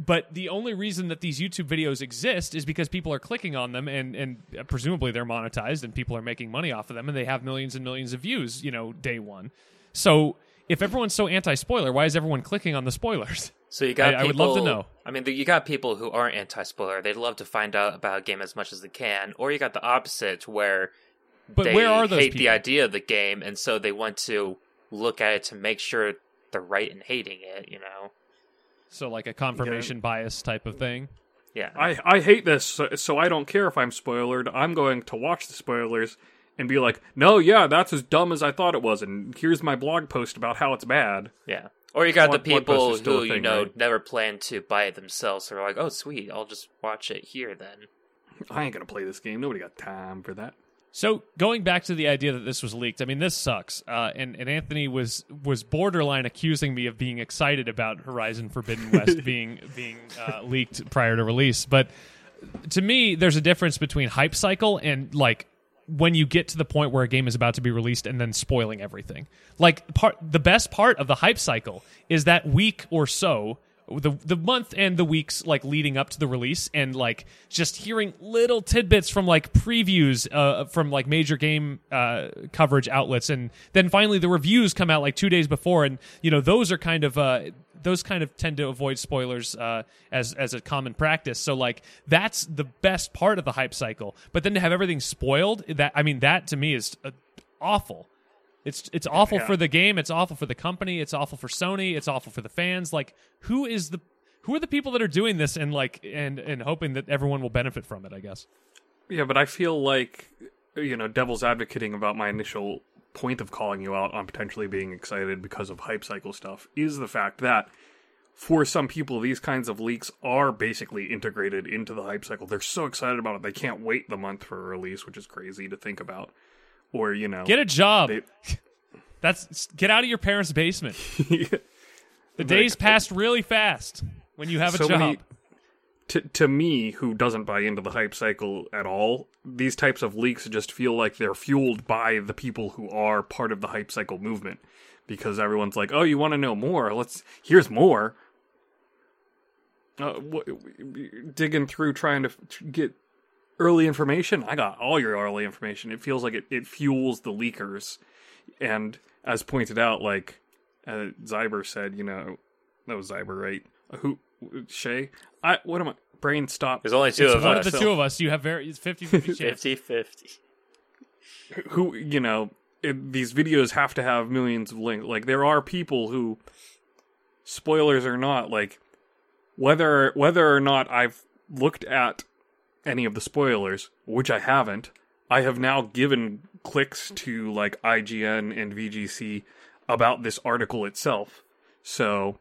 A: But the only reason that these YouTube videos exist is because people are clicking on them, and and presumably they're monetized, and people are making money off of them, and they have millions and millions of views, you know, day one. So if everyone's so anti-spoiler, why is everyone clicking on the spoilers?
B: So you got.
A: I- I
B: people,
A: would love to know.
B: I mean, you got people who aren't anti-spoiler. They'd love to find out about a game as much as they can, or you got the opposite where
A: But
B: they
A: where are those
B: hate
A: people?
B: the idea of the game, and so they want to look at it to make sure they're right in hating it. You know?
A: So like a confirmation bias type of thing.
B: Yeah.
C: I, I hate this, so, so I don't care if I'm spoiled. I'm going to watch the spoilers and be like, no, yeah, that's as dumb as I thought it was, and here's my blog post about how it's bad.
B: yeah. Or you got
C: Blog-
B: the
C: blog post
B: people
C: is still
B: who
C: a
B: you
C: thing,
B: know
C: right?
B: never plan to buy it themselves. So they're like, "Oh, sweet, I'll just watch it here then."
C: I ain't gonna play this game. Nobody got time for that.
A: So going back to the idea that this was leaked, I mean this sucks. Uh, and and Anthony was was borderline accusing me of being excited about Horizon Forbidden West being being uh, leaked prior to release. But to me, there's a difference between hype cycle and like when you get to the point where a game is about to be released and then spoiling everything. Like part the best part of the hype cycle is that week or so the the month and the weeks like leading up to the release and like just hearing little tidbits from like previews uh, from like major game uh, coverage outlets and then finally the reviews come out like two days before and you know those are kind of uh, those kind of tend to avoid spoilers uh, as as a common practice so like that's the best part of the hype cycle but then to have everything spoiled that I mean that to me is uh, awful it's it's awful
C: Yeah.
A: for the game. It's awful for the company. It's awful for Sony. It's awful for the fans. Like who is the who are the people that are doing this and like and and hoping that everyone will benefit from it? I guess.
C: Yeah, but I feel like you know, devil's advocating about my initial point of calling you out on potentially being excited because of hype cycle stuff is the fact that for some people these kinds of leaks are basically integrated into the hype cycle. They're so excited about it they can't wait the month for a release, which is crazy to think about. Or, you know,
A: Get a job.
C: They-
A: (laughs) That's get out of your parents' basement.
C: (laughs)
A: The days passed really fast when you have a
C: so
A: job.
C: many- to, to me, who doesn't buy into the hype cycle at all, these types of leaks just feel like they're fueled by the people who are part of the hype cycle movement. Because everyone's like, "Oh, you want to know more? Let's here's more." Uh, wh- digging through trying to f- get early information. I got all your early information. It feels like it, it fuels the leakers, and as pointed out, like uh, Zyber said, you know, that was Zyber, right? Uh, Who Shay? I what am I? Brain stop.
B: There's only two
C: It's
B: of
A: One
B: us.
A: of the
C: so-
A: two of us, you have very
C: (laughs)
A: 50 chance.
B: 50 50.
C: who you know it, these videos have to have millions of links like there are people who spoilers or not like whether whether or not i've looked at any of the spoilers which i haven't i have now given clicks to like ign and vgc about this article itself so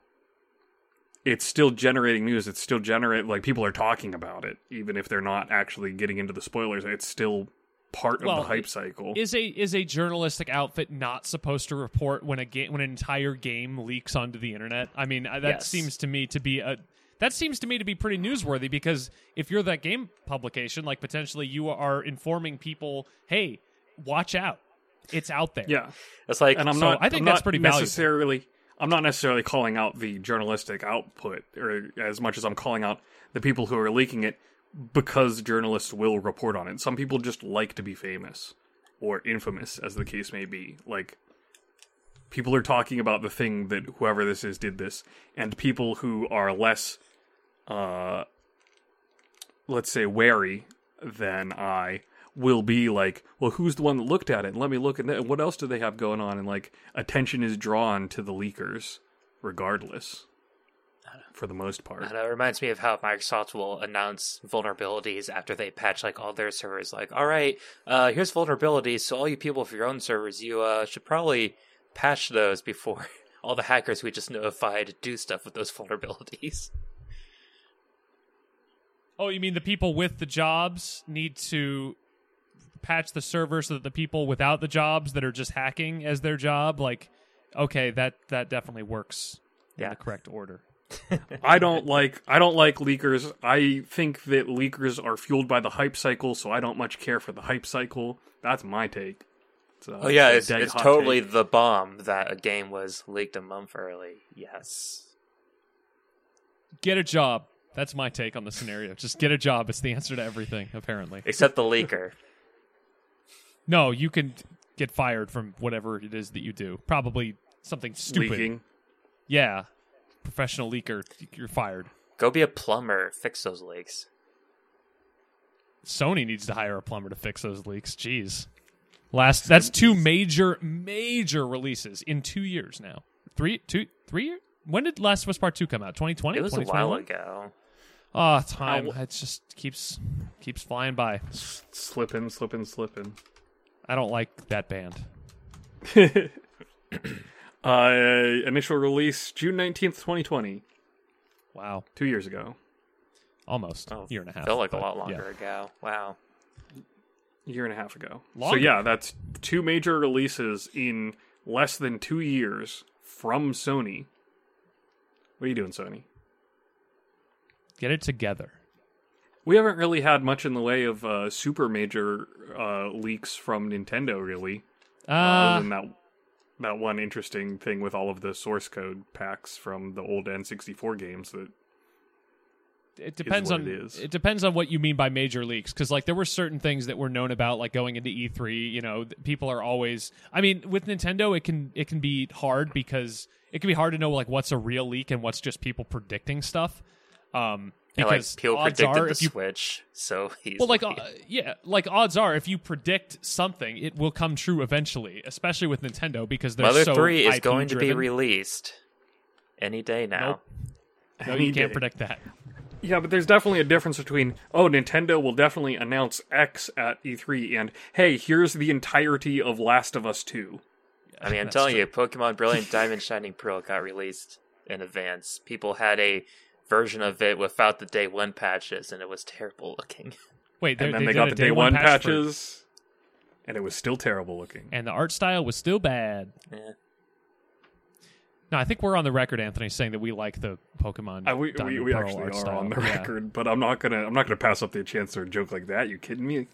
C: it's still generating news it's still generate like people are talking about it even if they're not actually getting into the spoilers it's still part of
A: Well,
C: the hype cycle
A: Is a is a journalistic outfit not supposed to report when a game when an entire game leaks onto the internet? I mean, I- that
B: Yes.
A: seems to me to be a that seems to me to be pretty newsworthy because if you're that game publication, like potentially you are informing people, hey, watch out, it's out there.
C: Yeah,
B: It's like,
C: and I'm
A: So
C: not.
A: I think
C: I'm
A: that's
C: not
A: pretty valuable.
C: necessarily. I'm not necessarily calling out the journalistic output, or as much as I'm calling out the people who are leaking it, because journalists will report on it. Some people just like to be famous or infamous, as the case may be. Like people are talking about the thing that whoever this is did this, and people who are less, uh, let's say, wary than I will be like, well, who's the one that looked at it? Let me look at it. What else do they have going on? And like, attention is drawn to the leakers, regardless, for the most part.
B: And it reminds me of how Microsoft will announce vulnerabilities after they patch like all their servers. Like, all right, uh, here's vulnerabilities. So all you people for your own servers, you uh, should probably patch those before (laughs) all the hackers we just notified do stuff with those (laughs) vulnerabilities.
A: Oh, you mean the people with the jobs need to patch the server so that the people without the jobs that are just hacking as their job, like, okay, that that definitely works in
B: Yeah.
A: the correct order.
C: I don't like I don't like leakers. I think that leakers are fueled by the hype cycle, so I don't much care for the hype cycle. That's my take. So,
B: Oh yeah,
C: a
B: it's,
C: dead
B: it's
C: hot
B: totally
C: take.
B: the bomb that a game was leaked a month early. Yes.
A: get a job. That's my take on the scenario. Just get a job. It's the answer to everything, apparently.
B: Except
A: (laughs)
B: the leaker.
A: No, you can get fired from whatever it is that you do. Probably something stupid.
C: leaking.
A: Yeah. Professional leaker, you're fired.
B: Go be a plumber, fix those leaks.
A: Sony needs to hire a plumber to fix those leaks. Jeez. Last that's two major major releases in 2 years now. 3 2 3 years? When did Last of Us Part 2 come out? 2020?
B: It was a while ago.
A: Oh, time.
C: I
A: It just keeps keeps flying by.
C: Slipping, slipping, slipping.
A: I don't like that band.
C: Uh, initial release June nineteenth, twenty twenty.
A: Wow.
C: Two years ago.
A: Almost.
B: Oh,
A: year and a half.
B: Felt like a
A: but
B: lot
A: yeah.
B: longer ago. Wow.
C: A year and a half ago.
A: Longer.
C: So yeah, that's two major releases in less than two years from Sony. What are you doing, Sony?
A: Get it together.
C: We haven't really had much in the way of uh, super major uh, leaks from Nintendo, really.
A: Uh,
C: other than that that one interesting thing with all of the source code packs from the old N64 games (laughs) that
A: it depends
C: what
A: on
C: it is.
A: depends on what you mean by major leaks because like there were certain things that were known about like going into E3 you know th- people are always I mean with Nintendo it can it can be hard because it can be hard to know like what's a real leak and what's just people predicting stuff um
B: And, like
A: because
B: Peel
A: odds
B: predicted
A: are
B: the
A: if you
B: Switch, so (laughs) he's
A: well like uh, yeah like odds are if you predict something it will come true eventually especially with Nintendo because they're
B: Mother
A: so
B: Three is
A: IP
B: going to be
A: driven.
B: released any day now.
A: Nope. no you can't
C: predict.
A: predict that
C: Yeah, but there's definitely a difference between oh, Nintendo will definitely announce X at E3 and hey, here's the entirety of Last of Us 2.
A: (laughs)
B: I mean, I'm
A: That's
B: telling you,
A: (laughs)
B: Pokemon Brilliant Diamond Shining Pearl got released in advance. People had a version of it without the day one patches, and it was terrible looking. (laughs)
A: wait
C: And
A: they
C: then they,
A: did
C: got
A: a
C: the day one
A: patch for-
C: patches and it was still terrible looking.
A: and the art style was still bad
B: Yeah.
A: No, I think we're on the record, Anthony, saying that we like the Pokemon.
C: I, Uh, we we,
A: Diamond
C: we
A: Pearl
C: actually
A: art
C: are
A: style.
C: on the
A: Yeah,
C: record, but I'm not going to I'm not going to pass up the chance for a joke like that. You kidding me?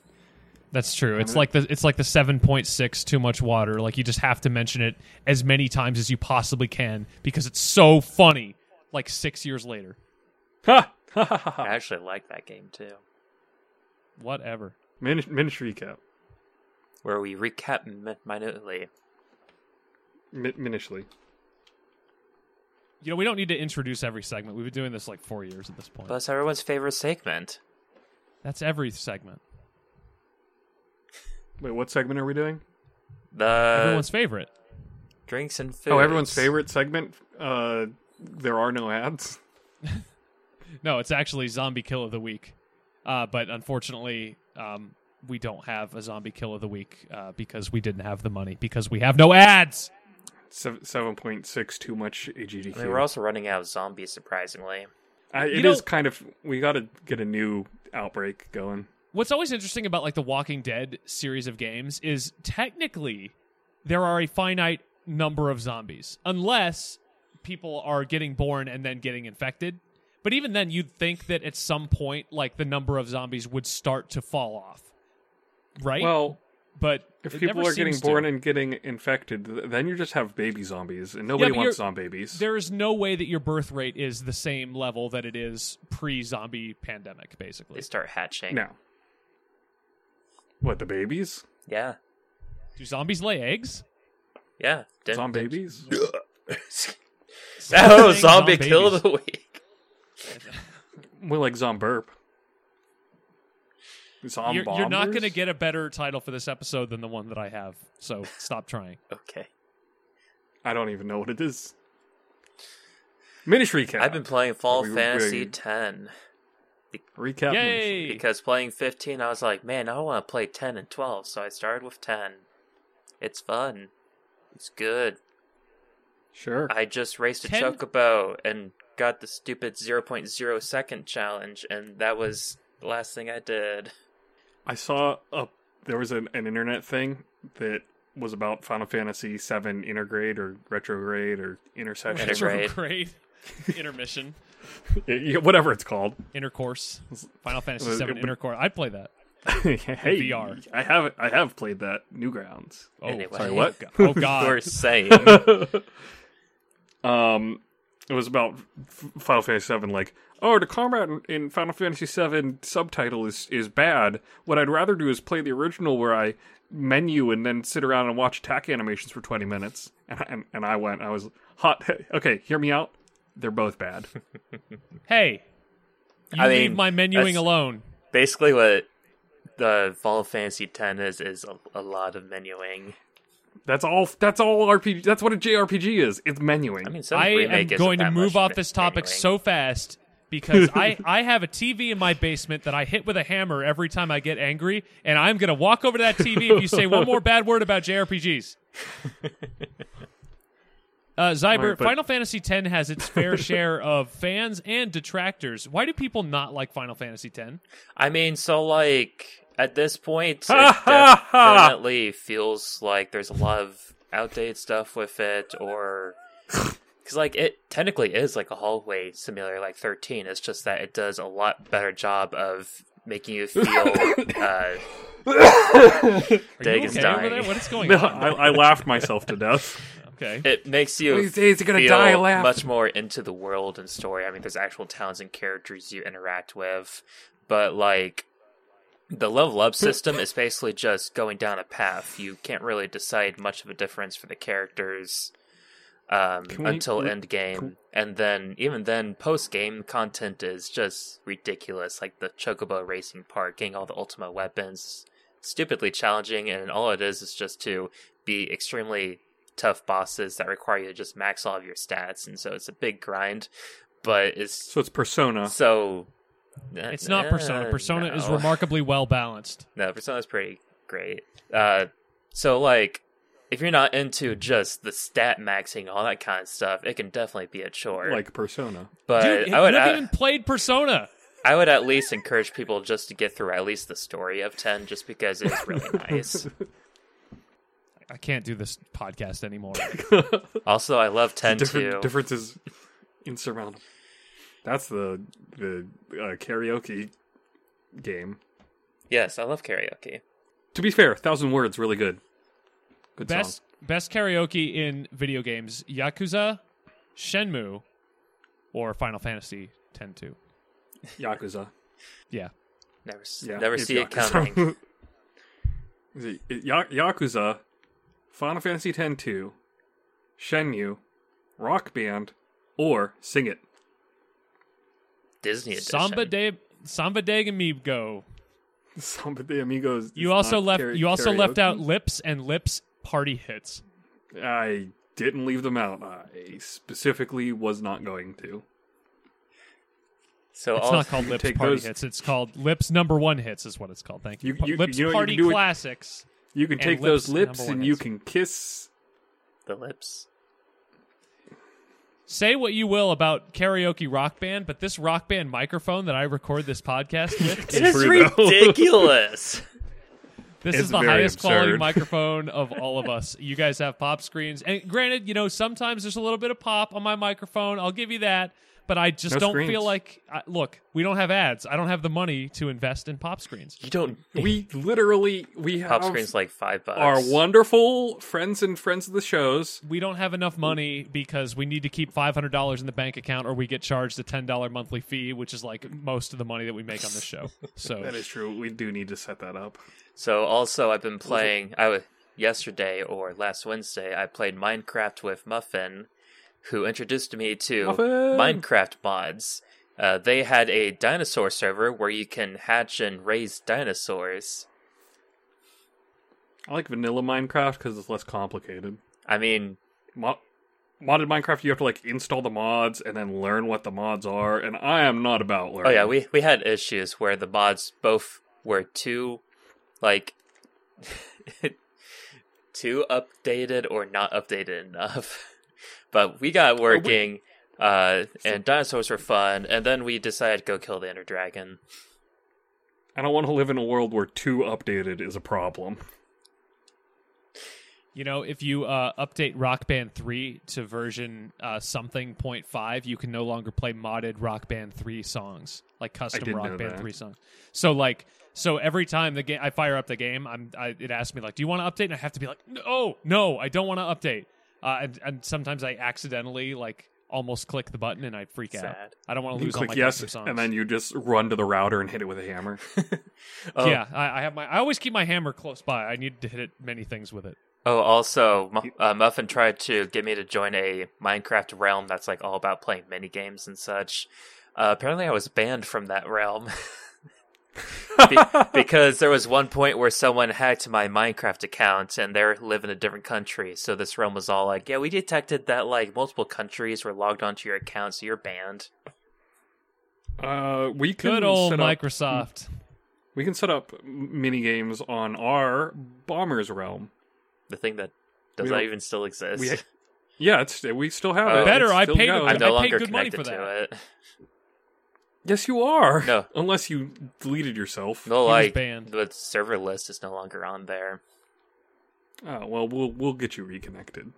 A: That's true. It's like the it's like the seven point six too much water. Like you just have to mention it as many times as you possibly can because it's so funny. Like six years later,
C: Ha. Ha, ha, ha,
A: Oh.
C: ha.
B: I actually like that game too,
A: whatever.
C: (laughs) Min- ministry cap.
B: where we recap min- minutely.
C: Mi- ministry.
A: You know, we don't need to introduce every segment. We've been doing this like four years at this point.
B: Plus, everyone's favorite segment.
A: That's every segment.
C: Wait, what segment are we doing? Oh,
B: The
C: Uh,
A: Everyone's favorite.
B: drinks and food.
C: Oh, everyone's favorite segment uh there are no ads.
A: No, it's actually zombie kill of the week. Uh, but unfortunately, um, we don't have a zombie kill of the week uh, because we didn't have the money because we have no ads.
C: Seven seven point six too much AGDQ.
B: I mean, we're also running out of zombies, surprisingly.
C: I, it
A: know-
C: is kind of we got to get a new outbreak going.
A: What's always interesting about like the Walking Dead series of games is technically there are a finite number of zombies unless people are getting born and then getting infected. But even then you'd think that at some point like the number of zombies would start to fall off. Right?
C: Well,
A: but
C: if
A: it
C: people
A: never
C: are getting
A: seems to.
C: born and getting infected, th- then you just have baby zombies, and nobody
A: but
C: wants
A: you're-
C: zombie babies.
A: there is no way that your birth rate is the same level that it is pre-zombie pandemic basically.
B: They start hatching.
C: Now, what the babies?
B: Yeah.
A: Do zombies lay
B: (laughs)
A: eggs?
B: Yeah. Didn't-
C: Zombie babies?
B: (laughs) oh,
A: Saying
B: zombie kill
A: zombabies.
B: of the week.
C: More like zomburp. Zombombers?
A: you're, you're not going to get a better title for this episode than the one that I have.
B: (laughs)
A: So stop trying.
B: Okay.
C: I don't even know what it is. Ministry cap.
B: I've been playing Final
C: We were
B: Fantasy
C: big.
B: X
C: recap. ministry.
A: Yay!
B: because playing 15, I was like, man, I want to play 10 and 12, so I started with 10. It's fun. It's good.
C: Sure.
B: I just raced a
A: 10?
B: chocobo and got the stupid 0.0 second challenge, and that was the last thing I (laughs) did.
C: I saw a there was an, an internet thing that was about Final Fantasy VII intergrade or retrograde or intersection,
B: Retro- Integrate.
A: Retrograde.
B: (laughs)
A: Intermission.
C: Yeah, (laughs) yeah, whatever it's called.
A: Intercourse. Final Fantasy
C: Uh,
A: VII
C: but-
A: Intercourse. I'd play that.
C: hey,
A: VR.
C: I have I have played that Newgrounds.
A: Oh,
B: Anyway.
C: Sorry, what?
A: Oh
B: You (laughs)
A: God.
B: are saying.
C: um, it was about F- Final Fantasy VII. Like, oh, the combat in, in Final Fantasy VII subtitle is is bad. What I'd rather do is play the original, where I menu and then sit around and watch attack animations for twenty minutes. And I, and, and I went. I was hot. Okay, hear me out. They're both bad.
A: Hey. You
B: I
A: leave
B: mean,
A: my menuing
B: that's-
A: alone.
B: Basically, what the Final Fantasy X is, is a, a lot of menuing.
C: That's all. That's all RPG. That's what a JRPG is. It's menuing.
B: I
C: (laughs)
B: mean, some
A: I am
B: remake isn't
A: going to
B: that
A: move
B: much
A: off this topic
B: menuing.
A: so fast because
B: (laughs)
A: I, I have a TV in my basement that I hit with a hammer every time I get angry, and I'm going to walk over to that TV if you say
B: (laughs)
A: one more bad word about JRPGs. Uh, Zyber,
C: Alright, but-
A: Final Fantasy X has its
B: (laughs)
A: fair share of fans and detractors. Why do people not like Final Fantasy X?
B: I mean, so like at this point, it
C: Ha, ha, ha.
B: definitely feels like there's a lot of outdated stuff with it,
A: (laughs)
B: or because like it technically is like a hallway simulator, like 13. It's just that it does a lot better job of making you
A: (laughs)
B: feel. uh,
A: Are
B: Dag
A: you
B: is
A: okay over
B: dying.
A: there? What is going
B: (laughs)
C: No,
A: on?
C: I, I laughed myself to death.
A: Okay.
B: It makes you
C: These days you're gonna
B: feel
C: die laughing.
B: much more into the world and story. I mean, there's actual towns and characters you interact with, but like the level up system is basically just going down a path. You can't really decide much of a difference for the characters um,
C: Can we-
B: until
C: we-
B: end game,
C: can-
B: and then even then, post game content is just ridiculous. Like the chocobo racing part, getting all the ultimate weapons, stupidly challenging, and all it is is just to be extremely tough bosses that require you to just max all of your stats, and so it's a big grind, but it's
C: So it's Persona.
B: so.
A: It's not Persona.
B: Uh,
A: Persona is
B: no.
A: remarkably well balanced.
B: No, Persona's pretty great. Uh, so like, if you're not into just the stat maxing all that kind of stuff, it can definitely be a chore.
C: Like Persona.
B: but
A: Dude,
B: I would,
A: you
B: I,
A: haven't even played Persona.
B: I would at least encourage people just to get through at least the story of ten, just because it's
C: (laughs)
B: really nice.
A: I can't do this podcast anymore.
B: Also, I love ten
C: Different
B: too.
C: difference is insurmountable. That's the the uh, karaoke game.
B: Yes, I love karaoke.
C: To be fair, thousand words really good. Good
A: best
C: song.
A: best karaoke in video games: Yakuza, Shenmue, or Final Fantasy X two.
C: Yakuza.
A: Yeah,
B: Never, s
C: Yeah,
B: never
C: it's
B: see it
C: Yakuza. (laughs)
B: coming. (laughs)
C: Is it- it- Ya- Yakuza, Final Fantasy X 2, Shenmue, Rock Band, or Sing It. (laughs)
B: Disney edition.
A: Samba de Samba de Amigo.
C: Samba de Amigos. is
A: You also
C: not
A: left
C: kara-
A: you also left
C: karaoke.
A: out lips and lips party hits.
C: I didn't leave them out. I specifically was not going to.
B: So
A: It's
B: all
A: not called lips
C: Oh, take
A: party
C: those-
A: hits. It's called lips number one hits is what it's called. Thank you.
C: You-
A: Pa-
C: you-
A: lips
C: you know what you
A: party
C: can do with-
A: classics.
C: You can
A: And
C: take
A: lips,
C: those lips
A: number one
C: and you
A: hits. (laughs)
C: can kiss.
B: the lips.
A: Say what you will about karaoke rock band, but this rock band microphone that I record this podcast with
C: (laughs)
B: It is
C: true, though.
B: ridiculous.
A: This
C: It's
A: is the
C: very
A: highest quality
C: absurd. (laughs)
A: microphone of all of us. You guys have pop screens. And granted, you know, sometimes there's a little bit of pop on my microphone. I'll give you that. But I just
C: No
A: don't
C: screens.
A: feel like. I, look, we don't have ads. I don't have the money to invest in pop screens.
B: you don't
C: We literally we have
B: pop screens like five bucks.
C: our wonderful friends and friends of the shows.
A: We don't have enough money because we need to keep $500 in the bank account or we get charged a $10 monthly fee, which is like most of the money that we make on this show. So
C: (laughs) That is true. We do need to set that up.
B: So also, I've been playing. I was yesterday or last Wednesday. I played Minecraft with Muffin, who introduced me to
C: Muffin!
B: Minecraft mods. Uh, they had a dinosaur server where you can hatch and raise dinosaurs.
C: I like vanilla Minecraft because it's less complicated.
B: I mean,
C: Mo- modded Minecraft, you have to like install the mods and then learn what the mods are. And I am not about learning.
B: oh yeah, we we had issues where the mods both were too, like, (laughs) too updated or not updated enough. (laughs) but we got working. Uh, and dinosaurs were fun, and then we decided to go kill the inner dragon.
C: I don't want to live in a world where too updated is a problem.
A: You know, if you uh, update Rock Band 3 to version uh, something point five, you can no longer play modded Rock Band 3 songs, like custom
C: didn't
A: Rock
C: know
A: Band
C: that.
A: 3 songs. So like so every time the game I fire up the game, I'm I, it asks me like, "Do you want to update?" and I have to be like, "No, no, I don't want to update." Uh, and, and sometimes I accidentally like almost click the button and I freak out.
B: Sad.
A: I don't want to
C: You
A: lose all
C: click
A: my
C: yes,
A: custom songs.
C: and then you just run to the router and hit it with a hammer.
B: Oh.
A: yeah, I, I have my I always keep my hammer close by. I need to hit it many things with it.
B: Oh, also, Mu- uh, Muffin tried to get me to join a Minecraft realm that's like all about playing mini games and such. Uh, apparently, I was banned from that realm (laughs)
A: (laughs)
B: Be- because there was one point where someone hacked my Minecraft account and they live in a different country. So this realm was all like, "Yeah, we detected that like multiple countries were logged onto your account, so you're banned."
C: Uh, we can
A: Good old
C: set up-
A: Microsoft.
C: we can set up mini games on our bombers realm.
B: The thing that does
C: We
B: not
C: don't-
B: even still exist.
C: We yeah, it's we still have
B: Oh.
C: it.
A: Better,
C: It's
A: I
C: still
A: paid-
C: going.
A: I
B: (laughs) I'm no
A: paid
B: longer
A: good money
B: connected
A: for that.
B: to it.
C: Yes, you are.
B: No.
C: (laughs) unless you deleted yourself.
B: No,
A: was
B: like
A: banned.
B: the server list is no longer on there.
C: Oh, well, we'll we'll get you reconnected.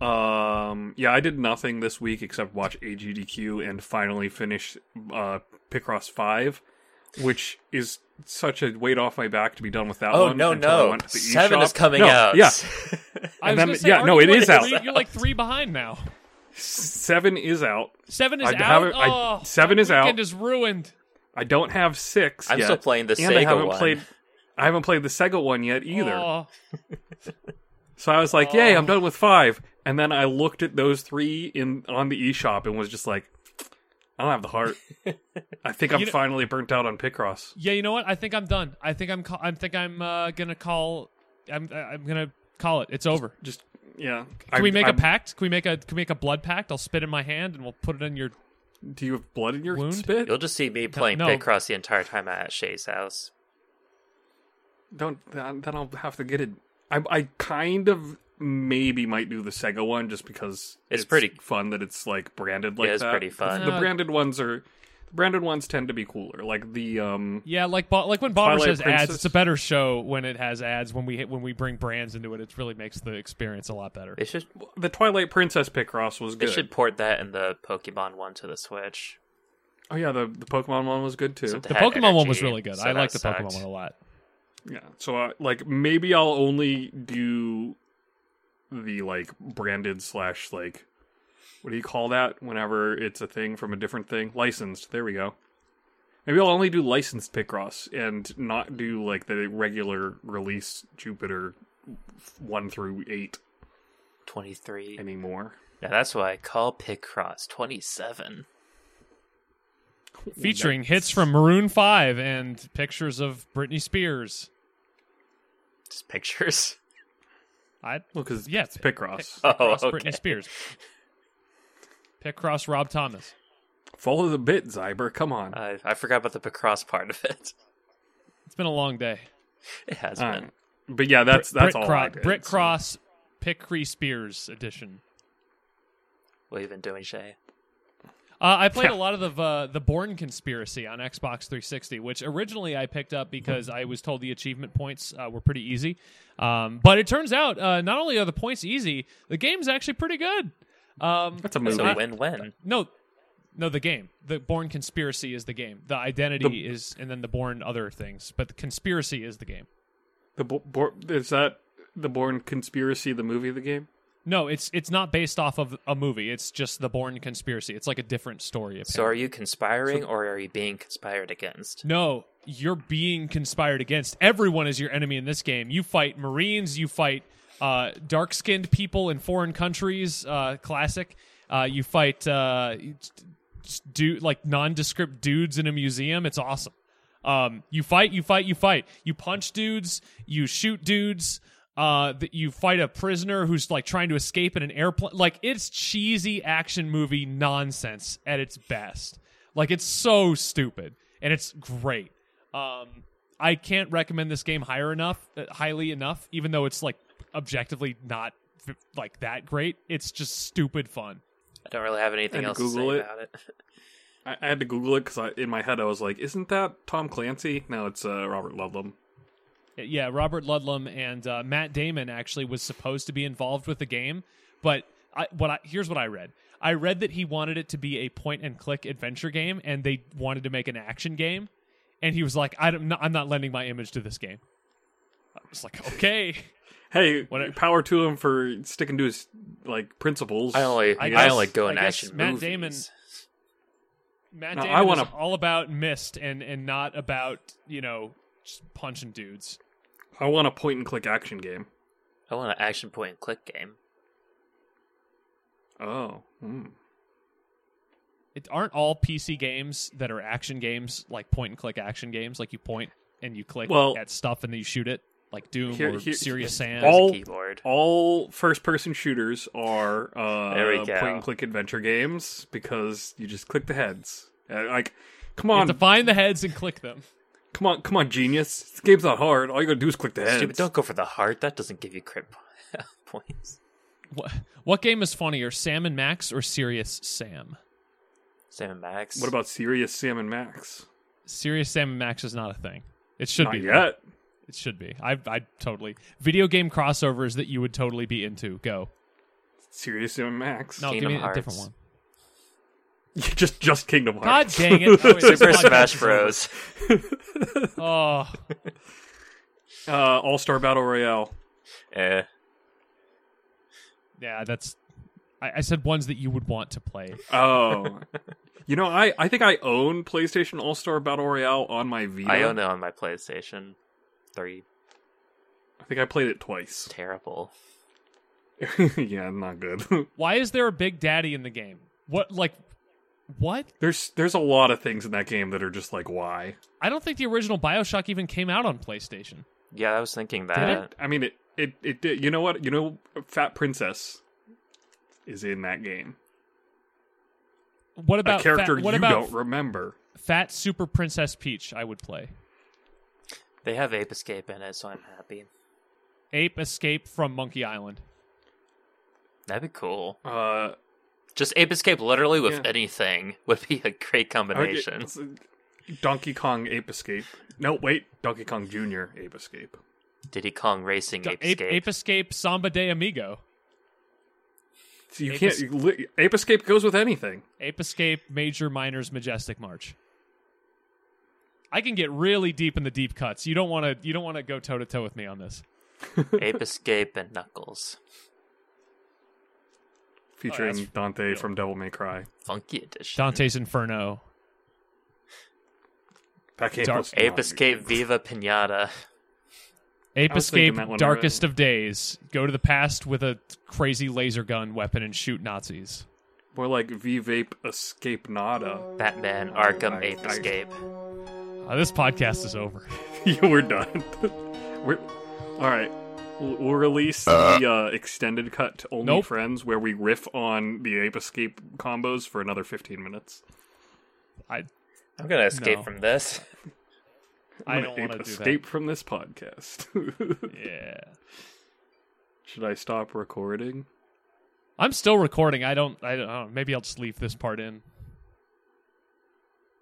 C: Um, yeah, I did nothing this week except watch AGDQ and finally finish uh Picross Five. which is such a weight off my back to be done with that
B: Oh
C: one
B: no
C: until I
B: no!
C: went to the
B: Seven
C: eShop.
B: is coming
C: No,
B: out.
C: Yeah,
A: I
C: And
A: was
C: then-
A: gonna say,
C: yeah,
A: aren't
C: no,
A: you
C: it
A: like
C: is out.
A: Three, (laughs) you're like three behind now.
C: seven is out.
A: Seven is
C: I
A: out.
C: haven't- I- (laughs)
A: oh,
C: seven
A: my
C: is out.
A: Weekend is ruined.
C: I don't have
B: (laughs)
C: six.
B: I'm
C: yet,
B: still playing the
C: and I
B: Sega
C: haven't
B: one.
C: played. I haven't played the Sega one yet either.
A: Oh,
C: So I was like, "Yay, I'm done with five. And then I looked at those three in on the eShop and was just like, "I don't have
B: (laughs)
C: the heart. I think I'm
A: You know-
C: finally burnt out on Picross."
A: yeah, you know what? I think I'm done. I think I'm. Call- I think I'm uh, gonna call. I'm. I- I'm gonna call it. It's over.
C: Just yeah.
A: Can
C: I-
A: we make a
C: I'm-
A: pact? Can we make a? Can we make a blood pact? I'll spit in my hand and we'll put it in your.
C: Do you have blood in your
A: Wound?
C: spit?
B: You'll just see me playing
A: no.
B: Picross the entire time I'm at Shay's house.
C: Don't. Then then I'll have to get it. I, I kind of maybe might do the Sega one just because
B: It's pretty-
C: fun that it's like branded like
B: it's
C: that.
B: pretty fun.
C: The
A: Uh,
C: branded ones are. The branded ones tend to be cooler. Like the um.
A: Yeah, like Bo- like when Bomber
C: Twilight
A: says ads,
C: Princess?
A: it's a better show when it has ads. When we when we bring brands into it, it really makes the experience a lot better.
B: They should
C: The Twilight Princess Picross was
B: they
C: good.
B: should port that in the Pokemon one to the Switch.
C: Oh yeah, the the Pokemon one was good too.
B: So they
A: The
B: had
A: Pokemon one was
B: energy,
A: really good.
B: so
A: I
B: that
A: like the
B: sucked.
A: Pokemon one a lot.
C: Yeah. So uh, like maybe I'll only do the like branded slash like what do you call that whenever it's a thing from a different thing licensed. There we go. Maybe I'll only do licensed Picross and not do like the regular release Jupiter one through eight
B: 23.
C: anymore.
B: Yeah, that's why I call Picross 27.
A: Featuring hits from Maroon Five and pictures of Britney Spears.
B: Just pictures. (laughs)
A: I
C: Well, because
A: Yeah,
C: it's Picross.
B: Oh,
A: Cross
B: okay.
A: Britney
C: (laughs)
A: Spears. Pick cross Rob Thomas.
C: Follow the bit, Zyber. Come
A: Uh,
C: on.
B: I, I forgot about the Picross part of it. (laughs)
A: It's been a long day.
B: It has
C: All
B: been.
C: right. But yeah, that's that's
A: Brit
C: all. I
A: Cro-
C: did,
A: Brit
C: so-
A: Cross Pickree Spears edition.
B: What have you been doing, Shay?
A: Uh, I played a lot of the uh, the Born Conspiracy on Xbox 360, which originally I picked up because I was told the achievement points uh, were pretty easy. Um, but it turns out uh, not only are the points easy, the game's actually pretty good. Um,
C: That's a
B: It's
C: movie.
B: a win-win.
A: no, no, the game. The Born Conspiracy is the game. The identity is, and then the Born other things. But the conspiracy is the game.
C: The Bo- Bo- is that the Born conspiracy, the movie, the game?
A: No, it's it's not based off of a movie. It's just the Born Conspiracy. It's like a different story. Apparently.
B: So are you conspiring or are you being conspired against?
A: No, you're being conspired against. Everyone is your enemy in this game. You fight Marines, you fight uh, dark skinned people in foreign countries, uh, classic. Uh, you fight uh, dude, like nondescript dudes in a museum. It's awesome. Um, you fight, you fight, you fight. You punch dudes, you shoot dudes. Uh, that you fight a prisoner who's like trying to escape in an airplane. Like it's cheesy action movie nonsense at its best. Like it's so stupid and it's great. Um, I can't recommend this game higher enough, uh, highly enough, even though it's like objectively not f- like that great. It's just stupid fun.
B: I don't really have anything
C: And
B: else
C: Google
B: to say
C: it.
B: about it.
C: I, I had to Google it because in my head I was like, "Isn't that Tom Clancy?" No, it's uh, Robert Ludlum.
A: Yeah, Robert Ludlum and uh, Matt Damon actually was supposed to be involved with the game, but I, what I, here's what I read. I read that he wanted it to be a point and click adventure game, and they wanted to make an action game, and he was like, I don't, "I'm not lending my image to this game." I was like, "Okay, (laughs)
C: Hey,
A: What-
C: power to him for sticking to his like principles.
B: I only
A: I
B: I,
A: guess-
B: only go
A: I
B: in
A: guess
B: action
A: Matt
B: movies.
A: Damon- Matt
C: No, I
A: Damon is
C: wanna-
A: all about mist and and not about you know just punching dudes."
C: I want a point and click action game.
B: I want an action point and click game.
C: Oh, hmm.
A: It aren't all PC games that are action games like point and click action games, like you point and you click
C: Well-
A: at stuff and then you shoot it, like Doom
C: Here-
A: or
C: here-
A: Serious Sam.
B: There's
C: All-
B: a keyboard.
C: Oh, all first person shooters are
B: There we
C: uh,
B: go.
C: point and click adventure games because you just click the heads. Uh, like, come
A: You
C: on,
A: have to find the heads and click them.
C: come on, come on, genius! This game's not hard. All you gotta do is click the heads.
B: Stupid, don't go for the heart. That doesn't give you crit (laughs) points.
A: What, what game is funnier, Sam and Max or Serious Sam?
B: Sam and Max.
C: What about Serious Sam and Max?
A: Serious Sam and Max is not a thing. It should
C: Not
A: be. though.
C: yet.
A: It should be. I I totally video game crossovers that you would totally be into. Go.
C: Serious Sam and Max.
A: No, give
C: (laughs)
B: Kingdom
A: me a
B: Hearts.
A: different one.
C: just just Kingdom
A: God
C: Hearts.
A: dang it! Oh, wait, this
B: Super
A: podcast
B: Smash
A: is over.
B: Bros.
A: Oh, (laughs)
C: (laughs) Uh, All Star Battle Royale.
B: Eh.
A: yeah, that's. I, I said ones that you would want to play.
B: (laughs)
C: Oh, you know, I I think I own PlayStation All Star Battle Royale on my Vita.
B: I own it on my PlayStation 3.
C: I think I played
B: (laughs)
C: it twice.
B: Terrible.
C: yeah, not good. (laughs)
A: Why is there a big daddy in the game? What like, what?
C: there's there's a lot of things in that game that are just like why.
A: I don't think the original Bioshock even came out on PlayStation.
B: Yeah, I was thinking
A: Did
B: that.
C: I mean, it it it did. You know what? You know, Fat Princess is in that game.
A: What about
C: a character
A: fat, what
C: you
A: about
C: don't remember.
A: Fat Super Princess Peach? I would play
B: They have Ape Escape in it, so I'm happy.
A: Ape Escape from Monkey Island.
B: That'd be cool.
C: Uh,
B: Just Ape Escape literally with
C: Yeah.
B: anything would be a great
C: Okay,
B: combination.
C: it's, uh, Donkey Kong Ape Escape. No, wait, Donkey Kong Junior Ape Escape.
B: Diddy Kong Racing
A: Do-
B: Ape, Escape.
A: Ape Escape Samba de Amigo.
C: So you
A: Ape
C: can't
A: Es-
C: you li- Ape Escape goes with anything.
A: Ape Escape Major Minors Majestic March. I can get really deep in the deep cuts. You don't want to. You don't want to go toe to toe with me on this.
B: Ape Escape and Knuckles.
C: Featuring
A: that's-
C: Dante from Devil May Cry.
B: Funky Edition.
A: Dante's Inferno.
C: That game
A: Dark-
C: was not
B: Ape
C: good.
B: Escape Viva Pinata.
A: Ape
C: I was thinking
A: Escape
C: that one
A: Darkest of Days. Go to the past with a crazy laser gun weapon and shoot Nazis.
C: More like V Vape Escape Nada.
B: Batman Arkham
C: I-
B: Ape
C: I-
B: Escape.
A: Uh, this podcast is over.
C: (laughs) yeah, we're done. (laughs) we're all right. We'll we'll release the uh, extended cut to Only
A: Nope.
C: Friends, where we riff on the Ape Escape combos for another 15 minutes.
A: I
B: I'm gonna escape
A: No.
B: from this.
A: I
C: I'm
A: don't
C: gonna
A: want to
C: ape
A: do
C: escape from this podcast. (laughs)
A: that. Yeah,
C: Should I stop recording?
A: I'm still recording. I don't. I don't. I don't know. Maybe I'll just leave this part in.